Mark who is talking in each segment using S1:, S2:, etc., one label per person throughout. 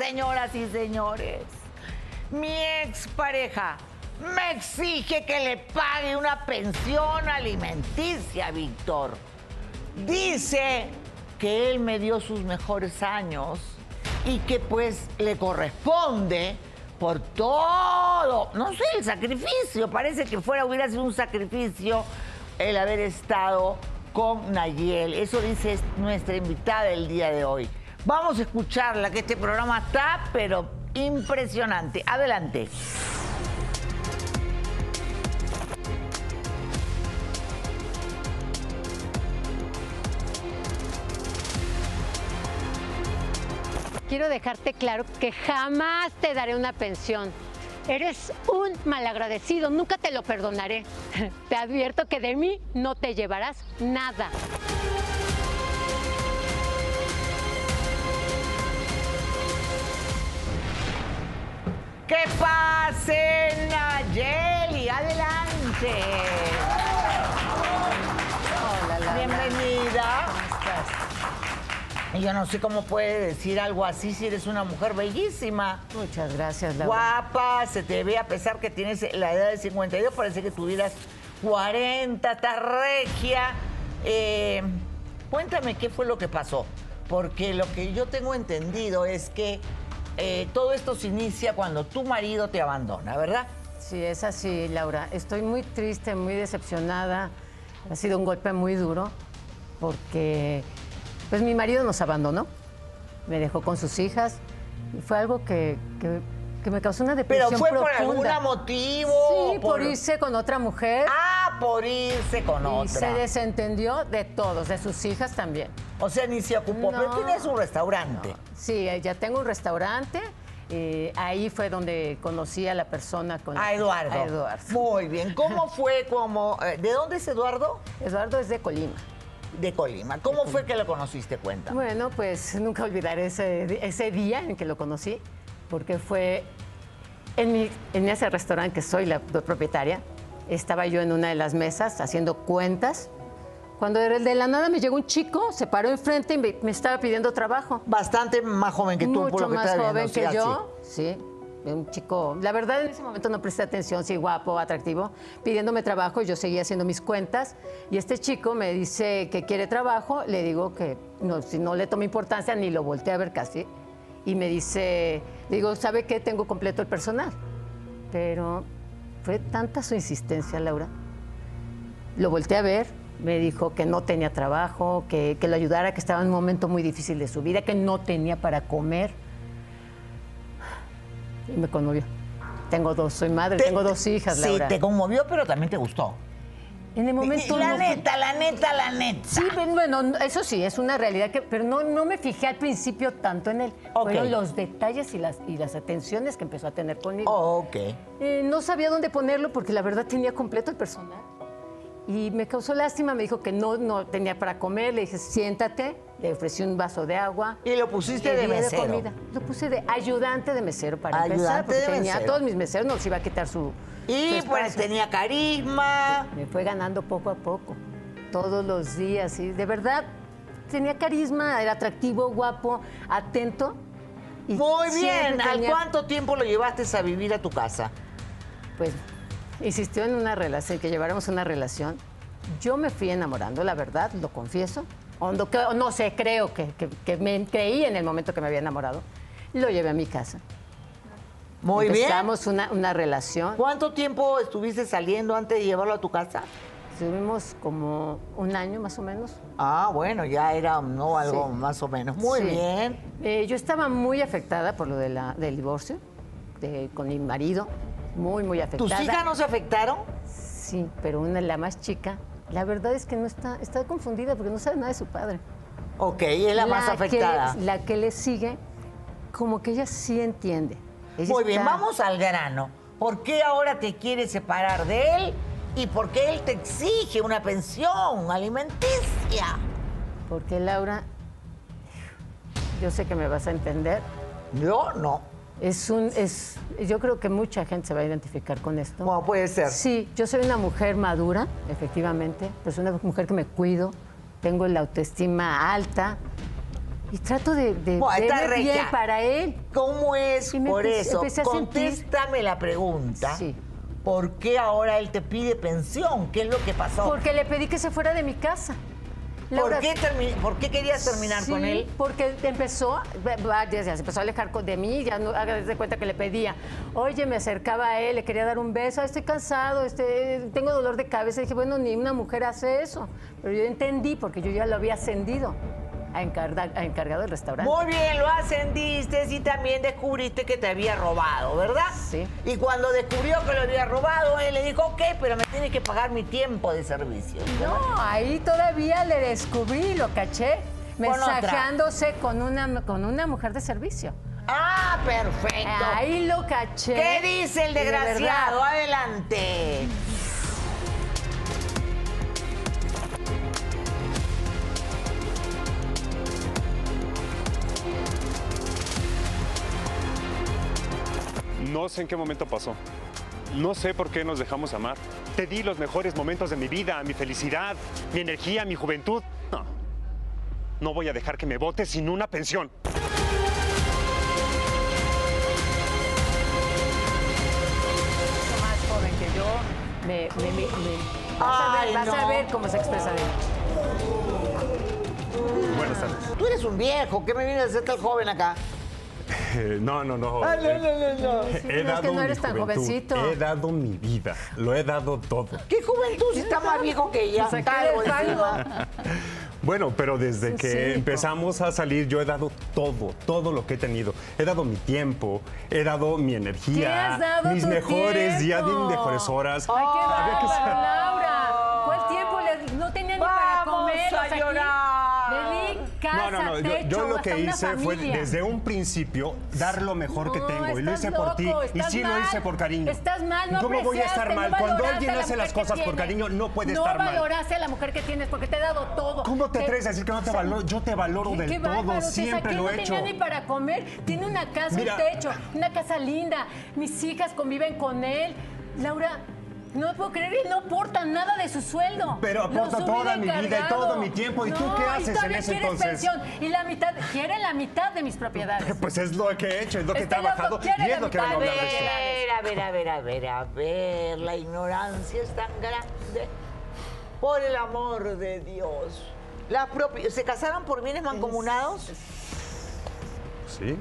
S1: Señoras y señores, mi expareja me exige que le pague una pensión alimenticia, Víctor. Dice que él me dio sus mejores años y que pues le corresponde por todo, no sé, el sacrificio, parece que fuera hubiera sido un sacrificio el haber estado con Nayel. Eso dice nuestra invitada del día de hoy. Vamos a escucharla, que este programa está, pero impresionante. Adelante.
S2: Quiero dejarte claro que jamás te daré una pensión. Eres un malagradecido, nunca te lo perdonaré. Te advierto que de mí no te llevarás nada.
S1: ¡Que pase Nayeli! ¡Adelante!
S3: Hola, Lala.
S1: Bienvenida.
S3: ¿Cómo estás?
S1: Y Yo no sé cómo puede decir algo así si eres una mujer bellísima.
S3: Muchas gracias, Laura.
S1: Guapa, se te ve a pesar que tienes la edad de 52, parece que tuvieras 40, estás regia. Eh, cuéntame qué fue lo que pasó, porque lo que yo tengo entendido es que eh, todo esto se inicia cuando tu marido te abandona, ¿verdad?
S3: Sí, es así, Laura. Estoy muy triste, muy decepcionada. Ha sido un golpe muy duro porque pues mi marido nos abandonó, me dejó con sus hijas y fue algo que, que- que me causó una
S1: Pero
S3: depresión
S1: fue por
S3: profunda.
S1: algún motivo.
S3: Sí, por irse con otra mujer
S1: Ah, por irse con
S3: y
S1: otra.
S3: se desentendió de todos, de sus hijas también.
S1: O sea, ni se ocupó. Pero
S3: No.
S1: tienes un restaurante.
S3: Sí, eh, ya tengo un restaurante. eh, ahí fue donde conocí a la persona con
S1: A Eduardo.
S3: a Eduardo.
S1: Muy bien. ¿Cómo fue? Como, eh, ¿De dónde es Eduardo?
S3: Eduardo es de Colima.
S1: De Colima. ¿Cómo fue que lo conociste? Cuenta.
S3: Bueno, pues nunca olvidaré ese, ese día en que lo conocí, porque fue en, mi- en ese restaurante que soy la propietaria. Estaba yo en una de las mesas haciendo cuentas. Cuando de de la nada me llegó un chico, se paró enfrente y me, me estaba pidiendo trabajo.
S1: Bastante más joven que tú,
S3: Mucho
S1: por lo que
S3: más
S1: estás viendo,
S3: joven
S1: sí,
S3: que
S1: así.
S3: yo, sí. Un chico, la verdad en ese momento no presté atención, sí, guapo, atractivo, pidiéndome trabajo, yo seguía haciendo mis cuentas y este chico me dice que quiere trabajo, le digo que no, si no le tomo importancia ni lo volteé a ver casi y me dice, le digo, ¿sabe qué? Tengo completo el personal, pero fue tanta su insistencia, Laura, lo volteé a ver, me dijo que no tenía trabajo, que, que lo ayudara, que estaba en un momento muy difícil de su vida, que no tenía para comer. Y me conmovió. Tengo dos, soy madre,
S1: Te-
S3: tengo dos hijas,
S1: sí,
S3: Laura.
S1: te conmovió, pero también te gustó.
S3: En el momento
S1: Y- y la
S3: no-
S1: neta, la neta, la neta.
S3: Sí, pero bueno, no- eso sí, es una realidad que, pero no, no me fijé al principio tanto en él.
S1: Ok.
S3: Fueron los detalles y las, y las atenciones que empezó a tener conmigo.
S1: Ok.
S3: Eh, no sabía dónde ponerlo porque la verdad tenía completo el personal. Y me causó lástima, me dijo que no, no tenía para comer, le dije, siéntate, le ofrecí un vaso de agua.
S1: Y lo pusiste
S3: le
S1: de
S3: di
S1: mesero.
S3: comida. Lo puse de ayudante de mesero para
S1: Ayudante
S3: empezar, porque
S1: de
S3: tenía
S1: mesero.
S3: todos mis meseros, nos iba a quitar su... su
S1: Y pues
S3: espacio.
S1: tenía carisma.
S3: Me fue ganando poco a poco, todos los días. Y de verdad, tenía carisma, era atractivo, guapo, atento. y
S1: Muy bien.
S3: siempre
S1: ¿Al
S3: tenía-
S1: cuánto tiempo lo llevaste a vivir a tu casa?
S3: pues insistió en una relación, que lleváramos una relación. Yo me fui enamorando, la verdad, lo confieso. O no, creo- no sé, creo que, que- que me creí en el momento que me había enamorado. Lo llevé a mi casa.
S1: Muy
S3: Empezamos una, una relación.
S1: bien. ¿Cuánto tiempo estuviste saliendo antes de llevarlo a tu casa?
S3: Estuvimos como un año más o menos.
S1: Ah, bueno, ya era ¿no? algo
S3: Sí.
S1: más o menos. Muy
S3: Sí.
S1: bien.
S3: Eh, yo estaba muy afectada por lo de la- del divorcio de- con mi marido. Muy, muy
S1: ¿Tus
S3: afectada.
S1: hijas no se afectaron?
S3: Sí, pero una, la más chica, la verdad es que no está, está confundida porque no sabe nada de su padre.
S1: Ok, es la, más
S3: que
S1: afectada.
S3: le- la que le sigue, como que ella sí entiende. Ella
S1: Muy bien,
S3: está-
S1: vamos al grano. ¿Por qué ahora te quieres separar de él? ¿Y por qué él te exige una pensión alimenticia?
S3: Porque Laura, yo sé que me vas a entender.
S1: Yo no.
S3: Es un, es, yo creo que mucha gente se va a identificar con esto.
S1: ¿Cómo puede ser?
S3: Sí, yo soy una mujer madura, efectivamente, pero soy una mujer que me cuido, tengo la autoestima alta, Y trato de, de
S1: Buah, está
S3: verme bien
S1: regia.
S3: para él.
S1: ¿Cómo es
S3: Y me
S1: por
S3: empecé-
S1: eso?
S3: empecé a sentir-
S1: Contéstame la pregunta.
S3: Sí.
S1: ¿Por qué ahora él te pide pensión? ¿Qué es lo que pasó?
S3: Porque le pedí que se fuera de mi casa.
S1: ¿Por, qué termi- por qué querías terminar
S3: Sí,
S1: con él?
S3: Porque empezó, va- varias días, empezó a alejar co- de mí, ya no hagas de cuenta que le pedía. Oye, me acercaba a él, le quería dar un beso, "Ay, estoy cansado, este, tengo dolor de cabeza. Y dije, bueno, ni una mujer hace eso. Pero yo entendí, porque yo ya lo había ascendido a, encarda- a encargado del restaurante.
S1: Muy bien, lo ascendiste y también descubriste que te había robado, ¿verdad?
S3: Sí.
S1: Y cuando descubrió que lo había robado, él le dijo, ok, pero me tienes que pagar mi tiempo de servicio.
S3: No, ahí todavía le descubrí, lo caché,
S1: Con otra.
S3: mensajeándose con una, con una mujer de servicio.
S1: Ah, perfecto.
S3: Ahí lo caché.
S1: ¿Qué dice el
S3: Y de verdad,
S1: desgraciado? Adelante.
S4: No sé en qué momento pasó. No sé por qué nos dejamos amar. Te di los mejores momentos de mi vida, mi felicidad, mi energía, mi juventud. No. No voy a dejar que me votes sin una pensión.
S3: mucho más joven que yo, me, me- me- me- vas, a
S1: Ay,
S3: ver, vas a
S1: no.
S3: ver cómo se expresa de mí.
S4: Buenas tardes.
S1: Tú eres un viejo, ¿qué me viene a hacer tal joven acá?
S5: Eh, No, no, no.
S1: Ah, no, no, no, no.
S5: He
S3: no, es
S5: dado
S3: que no
S5: mi
S3: eres tan
S5: juventud,
S3: jovencito.
S5: He dado mi vida. Lo he dado todo.
S1: ¿Qué juventud si está más viejo que ella?
S3: Saqué
S1: Calvo
S3: del fango.
S1: encima.
S5: Bueno, pero desde que
S3: Sí, hijo.
S5: empezamos a salir, yo he dado todo, todo lo que he tenido. He dado mi tiempo, he dado mi energía,
S3: ¿Qué has dado
S5: mis
S3: tu
S5: mejores días,
S3: tiempo?
S5: mis mejores horas.
S3: Ay, qué
S5: Había que
S3: bárbaro,
S5: ser-
S3: Laura. ¿Cuál tiempo? Le- no tenía ni para
S1: Vamos
S3: comer.
S1: a
S3: o sea, aquí,
S1: llorar.
S3: Bebí, casa,
S5: No, no, no. Yo,
S3: techo,
S5: yo lo que
S3: hasta una
S5: hice fue
S3: familia.
S5: desde un principio dar lo mejor que
S3: No,
S5: tengo. Y lo
S3: estás
S5: hice por ti.
S3: loco,
S5: Y
S3: estás
S5: sí lo
S3: mal,
S5: hice por cariño.
S3: Estás mal, no
S5: ¿Cómo voy a estar
S3: apreciaste,
S5: mal?
S3: no
S5: Cuando
S3: valoraste
S5: alguien
S3: a la
S5: hace las
S3: mujer que
S5: cosas por
S3: tiene.
S5: cariño, no puede
S3: no
S5: estar mal.
S3: valoraste a la mujer que tienes porque te he dado todo.
S5: ¿Cómo te atreves a decir que no te valoro? Yo te valoro
S3: Qué-
S5: del
S3: qué
S5: todo,
S3: bárbaro, te
S5: siempre
S3: saqué,
S5: lo he
S3: no
S5: hecho.
S3: tenía ni para comer. Tiene una casa,
S5: Mira.
S3: un techo, una casa linda. Mis hijas conviven con él. Laura, no puedo creer, él no aporta nada de su sueldo.
S5: Pero
S3: Lo
S5: aporta
S3: sube
S5: toda mi vida y
S3: encargado.
S5: todo mi tiempo. ¿Y tú
S3: No,
S5: qué haces en
S3: todavía
S5: ese
S3: quieres
S5: entonces?
S3: pensión. Y la mitad, quiere la mitad de mis propiedades.
S5: Pues es lo que he hecho, es lo que he
S3: Está loco,
S5: trabajado
S3: quiere
S5: y
S3: la
S5: es lo que
S3: mitad
S5: vengo a
S1: A
S5: hablar de esto.
S1: ver, a ver, a ver, a ver, a ver. La ignorancia es tan grande. Por el amor de Dios. Las propi- ¿Se casaron por bienes mancomunados?
S5: Sí.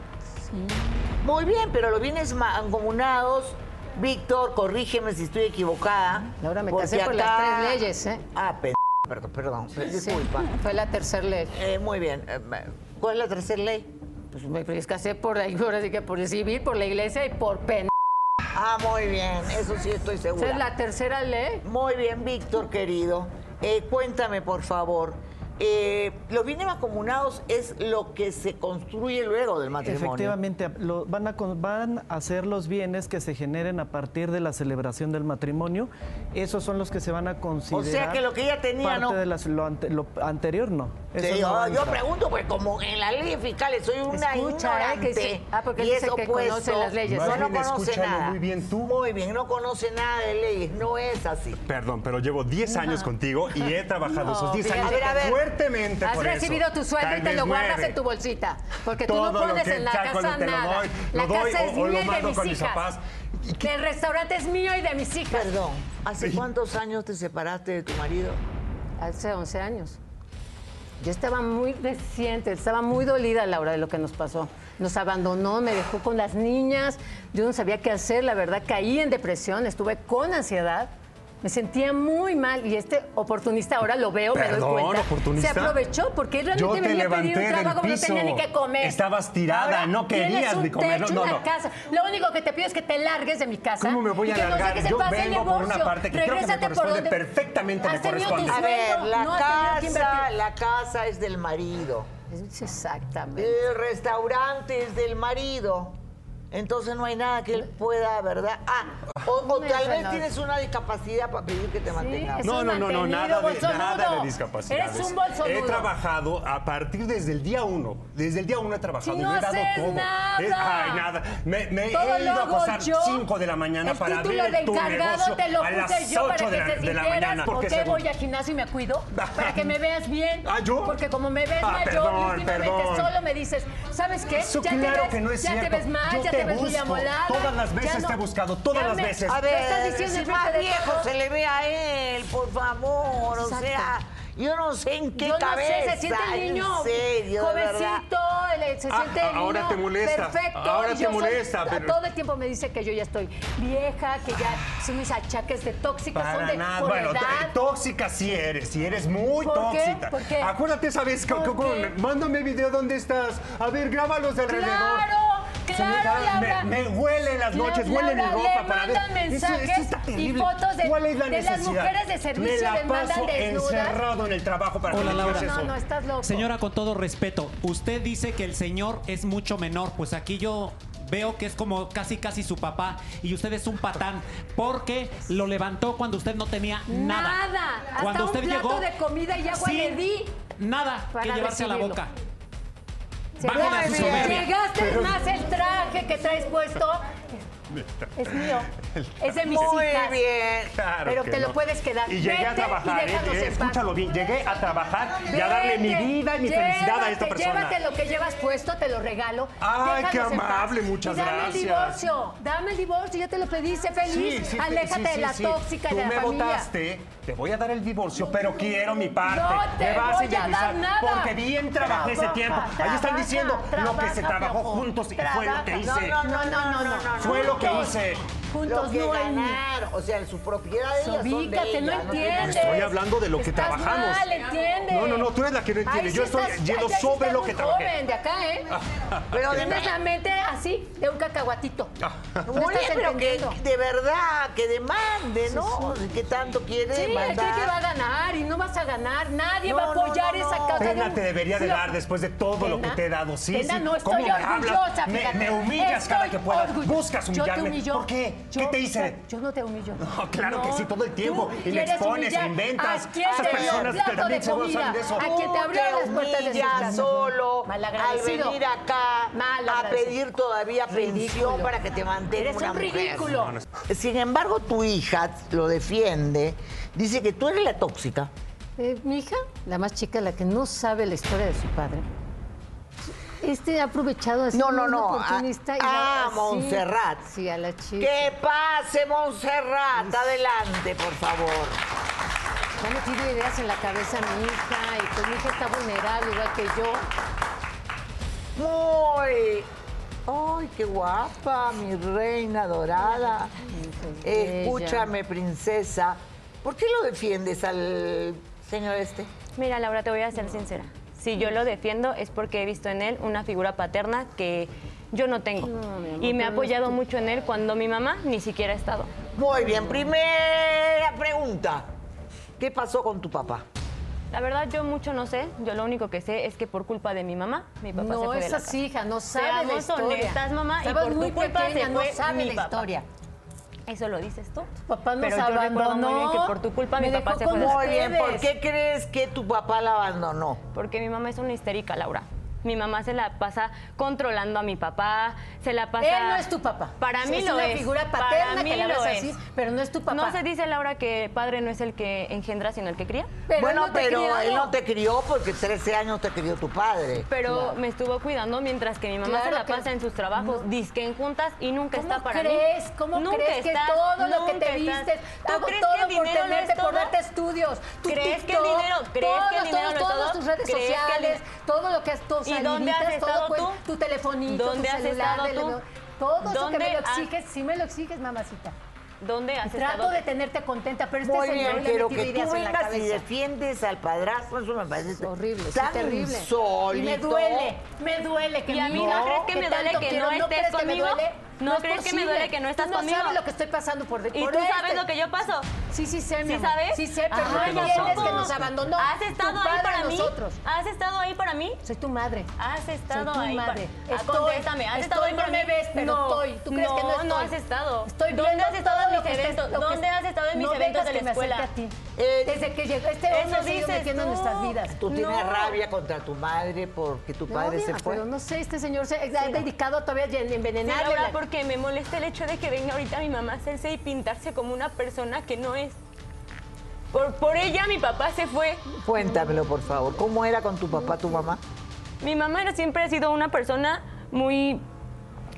S1: Muy bien, pero los bienes mancomunados, Víctor, corrígeme si estoy equivocada.
S3: Laura, me
S1: porque
S3: casé por las tres leyes, ¿eh?
S1: Ah, pe- perdón, perdón, disculpa.
S3: Sí, fue la tercera ley.
S1: Eh, muy bien. eh, ¿Cuál es la tercera ley?
S3: Pues me casé por la iglesia, así que por el civil, por la iglesia y por pen.
S1: Ah, muy bien, eso sí estoy segura.
S3: Esa es la ¿eh? tercera ley.
S1: Muy bien, Víctor, querido. Eh, cuéntame, por favor. eh, los bienes mancomunados es lo que se construye luego del matrimonio.
S6: Efectivamente, lo- van, a, con- van a ser los bienes que se generen a partir de la celebración del matrimonio. Esos son los que se van a
S1: O
S6: considerar.
S1: sea que lo que ella tenía,
S6: parte
S1: ¿no?
S6: de las- lo, ante- lo anterior no.
S1: Te
S6: Eso no
S1: digo,
S6: va a
S1: yo
S6: entrar.
S1: pregunto, pues como en las leyes fiscales soy una
S3: Escucha,
S1: ignorante.
S3: ¿eh? Que dice- ah, porque
S1: y
S3: él dice
S1: es
S3: que
S1: opuesto.
S3: conoce las leyes.
S5: Más
S1: No, no
S5: bien,
S1: conoce
S5: escúchalo
S1: nada.
S5: muy bien tú.
S1: Muy bien, no conoce nada de leyes, no es así.
S5: Perdón, pero llevo 10 años contigo y he trabajado
S3: No,
S5: esos 10
S3: fíjate.
S5: años
S3: A ver,
S1: a ver.
S5: fuertemente
S3: Has
S5: por eso.
S3: recibido tu sueldo
S5: Tal
S3: y te
S5: vez
S3: lo guardas
S5: nueve.
S3: en tu bolsita. Porque tú
S5: Todo
S3: no
S5: lo
S3: pones
S5: que
S3: en la
S5: saco,
S3: casa
S5: lo que lo
S3: nada.
S5: doy,
S3: la
S5: lo doy
S3: casa
S5: o-
S3: es
S5: o lo
S3: mía y de
S5: mando
S3: mis
S5: con mis
S3: hijas.
S5: papás.
S3: El restaurante es mío y de mis hijas.
S1: Perdón, ¿hace cuántos años te separaste de tu marido?
S3: Hace 11 años. Yo estaba muy reciente, estaba muy dolida Laura de lo que nos pasó. Nos abandonó, me dejó con las niñas, yo no sabía qué hacer, la verdad caí en depresión, estuve con ansiedad, me sentía muy mal y este oportunista ahora lo veo, me doy
S5: Perdón,
S3: cuenta.
S5: oportunista.
S3: Se aprovechó porque él
S5: Yo
S3: realmente
S5: te
S3: venía a pedir
S5: levanté
S3: un
S5: del
S3: trabajo, pero no
S5: piso.
S3: tenía ni que comer.
S5: Estabas tirada,
S3: Ahora
S5: no
S3: tienes
S5: querías
S3: un
S5: ni comer, no,
S3: techo,
S5: no,
S3: una
S5: no.
S3: casa. Lo único que te pido es que te largues de mi casa.
S5: ¿Cómo me voy
S3: y
S5: a
S3: que no
S5: largar?
S3: dejes en
S5: Yo
S3: paz el
S5: vengo por una
S3: divorcio.
S5: parte que creo que me
S3: Regrésate por
S5: corresponde,
S3: donde-
S5: perfectamente me
S3: Has tenido tu
S5: corresponde.
S1: A
S5: Sueldo,
S1: ver,
S3: sueldo,
S1: la
S3: no has tenido que
S1: casa,
S3: invertir.
S1: la casa es del marido.
S3: Es Exactamente.
S1: El restaurante es del marido. Entonces no hay nada que él pueda, ¿verdad? Ah, o, o
S3: Me
S1: tal vez
S3: suena.
S1: tienes una discapacidad para pedir que te mantengan.
S3: es
S5: No,
S3: un
S5: no, no, no,
S3: mantenido,
S5: nada de,
S3: bolsonudo.
S5: nada de discapacidades. Eh,
S3: Eres un bolsonudo.
S5: He trabajado a partir desde el día uno. Desde el día uno he trabajado.
S3: Si
S5: y
S3: no
S5: he dado
S3: haces
S5: todo.
S3: nada.
S5: Es- ay, nada. Me, me
S3: Todo
S5: he
S3: lo
S5: ido a
S3: hago
S5: pasar
S3: yo.
S5: 5 de la mañana
S3: El
S5: para
S3: título
S5: ver
S3: de
S5: tu
S3: encargado
S5: negocio
S3: te lo
S5: a las
S3: puse yo
S5: 8
S3: para
S5: de la,
S3: que te
S5: de la
S3: sintieras,
S5: mañana.
S3: ¿Por qué
S5: según-
S3: voy al gimnasio y me cuido? Para que me veas bien.
S5: ¿Ah, yo?
S3: Porque como me ves
S5: Ah,
S3: mayor,
S5: perdón,
S3: y últimamente
S5: perdón.
S3: solo me dices, ¿sabes qué?
S5: Eso
S3: ya te
S5: claro
S3: ves,
S5: que no es
S3: ya
S5: cierto.
S3: te ves mal,
S5: Yo
S3: ya
S5: te
S3: te ves muy
S5: busco.
S3: amolada.
S5: Todas las veces te he buscado, todas las veces.
S1: A
S3: A
S1: ver,
S3: ver, estás diciendo
S1: si
S3: en
S1: más
S3: frente de
S1: viejo
S3: todos.
S1: se le ve a él, por favor. O
S3: Exacto.
S1: sea, yo no sé en qué
S3: Yo no
S1: cabeza.
S3: sé, se siente el niño
S1: en serio, de verdad.
S3: jovencito, el- se
S5: Ah,
S3: siente el niño
S5: ahora te molesta,
S3: perfecto.
S5: ahora
S3: y
S5: te
S3: yo soy-
S5: molesta,
S3: a
S5: pero-
S3: Todo el tiempo me dice que yo ya estoy vieja, que ya son mis achaques de tóxica, son
S5: Para
S3: de
S5: nada.
S3: por
S5: Bueno, t-
S3: edad.
S5: tóxica sí eres, sí eres muy
S3: ¿Por qué?
S5: tóxica.
S3: ¿Por qué?
S5: Acuérdate esa vez, que-
S3: ¿Por
S5: que-
S3: qué?
S5: con- mándame video dónde estás. A ver, grábalos de alrededor.
S3: Claro,
S5: Señora,
S3: claro, Laura.
S5: me, me huele en las
S3: Claro,
S5: noches, huele mi
S3: Laura,
S5: ropa
S3: le
S5: para ver.
S3: mandan
S5: Eso- eso
S3: mensajes
S5: está
S3: y
S5: terrible.
S3: fotos de-
S5: ¿Cuál es la
S3: de las
S5: necesidad?
S3: mujeres de servicio
S5: me la
S3: les mandan
S5: paso
S3: desnudas.
S5: encerrado en el trabajo para
S7: Hola,
S5: que me
S7: Laura.
S5: digas
S3: No,
S5: eso.
S3: no, estás loco.
S7: Señora, con todo respeto, usted dice que el señor es mucho menor. Pues aquí yo veo que es como casi casi su papá y usted es un patán porque lo levantó cuando usted no tenía nada.
S3: Nada. Hasta un plato de comida y agua
S7: sin
S3: le di
S7: Nada que
S3: para
S7: llevarse a la
S3: recibirlo.
S7: boca.
S3: Se-
S7: Bájale a su
S1: Muy bien.
S7: soberbia.
S3: Llegaste es más el traje que traes puesto. Es mío. Es de mis
S1: Muy
S3: hijas.
S1: bien.
S5: Claro
S3: Pero
S5: que
S3: te lo
S5: no.
S3: puedes quedar.
S5: Y llegué
S3: Vete
S5: a trabajar,
S3: y
S5: ¿eh?
S3: déjanos en paz.
S5: escúchalo bien, llegué a trabajar y a darle mi
S3: Vete,
S5: vida y mi
S3: llévate,
S5: felicidad a esta persona.
S3: Llévate lo que llevas puesto, te lo regalo.
S5: Ay,
S3: Déjanos
S5: qué
S3: en paz.
S5: amable, muchas
S3: Y dame
S5: gracias.
S3: el divorcio, dame el divorcio, ya te lo pedí, sé feliz.
S5: Sí, sí,
S3: Aléjate
S5: sí,
S3: de
S5: sí,
S3: la
S5: sí.
S3: tóxica
S5: Tú
S3: de la
S5: me
S3: familia.
S5: votaste, te voy a dar el divorcio, pero quiero mi parte.
S3: No te
S5: Me vas
S3: voy a dar
S5: indemnizar,
S3: nada.
S5: Porque bien trabajé ese
S3: Trabaja,
S5: tiempo. Ahí están
S3: trabaja,
S5: diciendo lo que se
S3: trabaja,
S5: trabajó
S3: Piojo.
S5: juntos y fue
S3: Trabaja.
S5: lo que
S1: No,
S5: hice.
S1: no, no, no, no, no. no,
S5: Fue lo que
S1: no.
S5: hice.
S3: Juntos
S1: Lo que
S3: no hay ni-
S1: ganaron, o sea, sus propiedades ellas son de
S3: Ubícate, no
S1: ella, tiene-
S3: entiendes.
S5: Estoy hablando de lo que
S3: Estás
S5: trabajamos.
S3: Mal, eh. ¿entiendes?
S5: No, no, no, tú eres la que no entiende.
S3: Ahí
S5: Yo
S3: sí
S5: estoy
S3: estás-
S5: yendo
S3: ahí sí
S5: sobre
S3: estás
S5: lo
S3: muy
S5: que trabajé.
S3: joven de acá, ¿eh?
S1: Pero de
S3: Tienes la mente así, de un cacahuatito.
S5: Ah.
S3: No
S1: Oye,
S3: estás
S1: pero que
S3: entendiendo.
S1: de verdad, que demande, ¿no? ¿Qué tanto quiere
S3: Sí, él cree que
S1: demandar?
S3: va a ganar y no vas a ganar. Nadie
S1: No,
S3: va a
S1: no,
S3: apoyar
S1: no, no.
S3: esa causa.
S5: Pena te debería de
S3: Sí, lo-
S5: dar después de todo lo que
S3: Pena.
S5: te he dado. Sí,
S3: Pena,
S5: sí.
S3: no estoy
S5: ¿Cómo me
S3: orgullosa.
S5: hablas? Me,
S3: fíjate.
S5: me humillas
S3: Estoy
S5: cada que puedas.
S3: orgullosa.
S5: Buscas
S3: Yo te
S5: humillarme.
S3: humillo.
S5: ¿Por qué? ¿Qué
S3: Yo-
S5: te hice?
S3: Yo no te humillo.
S5: No, claro que sí, todo el tiempo.
S3: tú
S5: Y me
S3: quieres
S5: expones,
S3: humillar
S5: me inventas.
S3: ¿A quién
S5: Esas
S3: te dio
S5: personas
S3: un plato
S5: también
S3: de
S5: se gozan
S3: comida?
S5: de eso.
S3: ¿A quién te abrió
S1: Tú
S3: las puertas de su
S1: humillas
S3: casa?
S1: solo al
S3: Malagradecido.
S1: venir acá a
S3: Malagradecido.
S1: pedir todavía pensión
S3: Ridículo.
S1: para que te mantenga
S3: Eres
S1: una
S3: un
S1: mujer.
S3: ridículo.
S1: Sin embargo, tu hija lo defiende, dice que tú eres la tóxica.
S3: Eh, Mi hija,
S8: La más chica, la que no sabe la historia de su padre. Este ha aprovechado así.
S1: No, no, no, a-
S8: oportunista y
S1: a
S8: la- sí,
S1: Montserrat.
S8: Sí, a la chica.
S1: Que pase, Montserrat. Adelante, por favor.
S8: Me ha metido ideas en la cabeza a mi hija y pues mi hija está vulnerable igual que yo.
S1: Muy. ¡Ay, qué guapa, mi reina dorada! Escúchame, princesa. ¿Por qué lo defiendes al señor este?
S9: Mira, Laura, te voy a ser sincera. Si yo lo defiendo es porque he visto en él una figura paterna que yo no tengo. y me ha apoyado mucho en él cuando mi mamá ni siquiera ha estado.
S1: Muy bien, primera pregunta. ¿Qué pasó con tu papá?
S9: La verdad, yo mucho no sé. Yo lo único que sé es que por culpa de mi mamá, mi papá se
S8: No
S9: fue de
S8: es
S9: la
S8: así, hija, no sabe la
S9: Seamos
S8: historia.
S9: honestas, mamá, y
S8: Estabas
S9: por tu
S8: muy
S9: culpa se
S8: pequeña, no
S9: fue
S8: sabe
S9: mi
S8: la
S9: papá.
S8: historia.
S9: casa. Eso lo dices tú.
S8: Papá nos
S9: Pero yo recuerdo muy bien que
S8: abandonó,
S9: por tu culpa
S8: me
S9: mi papá
S8: dejó
S9: se fue de la
S8: como
S1: Muy
S9: casa.
S1: bien, ¿por
S8: Ustedes.
S1: qué crees que tu papá la abandonó?
S9: Porque mi mamá es una histérica, Laura. Mi mamá se la pasa controlando a mi papá, se la pasa...
S8: Él no es tu papá.
S9: Para
S8: Es-
S9: mí
S8: es
S9: lo
S8: una
S9: es.
S8: figura
S9: Para
S8: paterna
S9: mí
S8: que la
S9: lo
S8: ves
S9: es.
S8: así, pero no es tu papá.
S9: ¿No se dice, Laura, que padre no es el que engendra, sino el que cría?
S8: Pero
S1: bueno,
S8: él no te
S1: pero
S8: crió.
S1: él no te crió porque 13 años te crió tu padre.
S9: Pero me estuvo cuidando mientras que mi mamá se
S8: Claro
S9: la
S8: que-
S9: pasa en sus trabajos, disque en juntas y nunca
S8: ¿Cómo
S9: está para mí.
S8: crees? ¿Cómo
S9: Nunca
S8: crees que
S9: estás,
S8: todo lo que
S9: nunca
S8: te
S9: estás.
S8: vistes,
S9: ¿Tú
S8: todo,
S9: crees que
S8: todo
S9: el
S8: por
S9: dinero lo es
S8: tenerte, por
S9: todo?
S8: darte estudios, tu
S9: ¿Crees que el
S8: TikTok,
S9: dinero- crees
S8: todos,
S9: que el dinero
S8: todos,
S9: lo es
S8: todas
S9: todo?
S8: tus redes
S9: ¿Crees que el
S8: sociales,
S9: di-
S8: todo lo que has tus
S9: ¿Y dónde has
S8: saliditas, todo
S9: estado
S8: cuen-
S9: tú?
S8: tu telefonito,
S9: ¿Dónde
S8: tu
S9: has
S8: celular,
S9: estado
S8: del-
S9: tú?
S8: todo eso que
S9: ¿Dónde
S8: me lo
S9: has-
S8: exiges, sí me lo exiges, mamacita.
S9: ¿Dónde has
S8: Trato
S9: estado?
S8: de tenerte contenta, pero este
S1: Muy
S8: señor
S1: bien,
S8: le ha metido
S1: pero que tú
S8: ideas en la
S1: vengas y
S8: cabeza.
S1: defiendes al padrastro, eso me parece
S8: Es horrible, sí,
S1: tan
S8: terrible.
S1: insólito.
S8: Y me duele, me duele que
S9: Y a
S8: mi
S9: mí
S8: hija-
S9: no crees que me duele
S8: tanto
S9: que
S8: quiero,
S9: no estés
S8: crees que me
S9: conmigo.
S8: duele?
S9: No
S8: es
S9: crees que me
S8: posible.
S9: duele que no
S8: Tú
S9: estás
S8: No
S9: conmigo.
S8: sabes lo que estoy pasando por este.
S9: ¿Y
S8: detrás.
S9: tú sabes lo que yo paso?
S8: Sí, sí sé, mi
S9: ¿Sí
S8: amor.
S9: sabes?
S8: Sí sé, pero
S9: Ah,
S8: no
S9: ¿a
S8: entiendes
S9: poco?
S8: que nos abandonó.
S9: ¿Has
S8: Tu
S9: estado
S8: padre
S9: ahí
S8: a
S9: para mí?
S8: Nosotros.
S9: ¿Has estado ahí para mí?
S8: Soy tu madre.
S9: ¿Has estado
S8: Soy tu
S9: ahí
S8: madre.
S9: para mí? Ah,
S8: Estoy,
S9: Contéstame, ¿has estado
S8: estoy,
S9: ahí para
S8: no me
S9: mí?
S8: ves,
S2: pero
S9: no,
S2: estoy. ¿Tú crees
S9: no,
S2: que no estoy?
S9: no has estado.
S2: Estoy
S9: ¿Dónde
S2: viendo
S9: has estado
S2: todo
S9: en
S2: lo
S9: mis
S2: que estés-
S9: eventos?
S2: lo que-
S9: ¿Dónde has estado en mis
S2: no
S9: eventos
S2: vengas
S9: de la
S2: que me acerque
S9: escuela?
S2: a ti.
S1: Eh,
S2: Desde que llegó este
S9: eso
S2: hombre se ha ido
S9: dices
S2: metiendo en
S9: tú.
S2: nuestras vidas.
S1: Tú tienes
S9: No.
S1: rabia contra tu madre porque tu
S3: No,
S1: padre se
S3: mira,
S1: fue.
S3: Pero no sé, este señor se ha dedicado todavía a
S9: Sí,
S3: envenenarle.
S9: Laura,
S3: la-
S9: porque me molesta el hecho de que venga ahorita mi mamá a hacerse y pintarse como una persona que no es. Por, por ella mi papá se fue.
S1: Cuéntamelo, por favor. ¿Cómo era con tu papá, tu mamá?
S9: Mi mamá era- siempre ha sido una persona muy,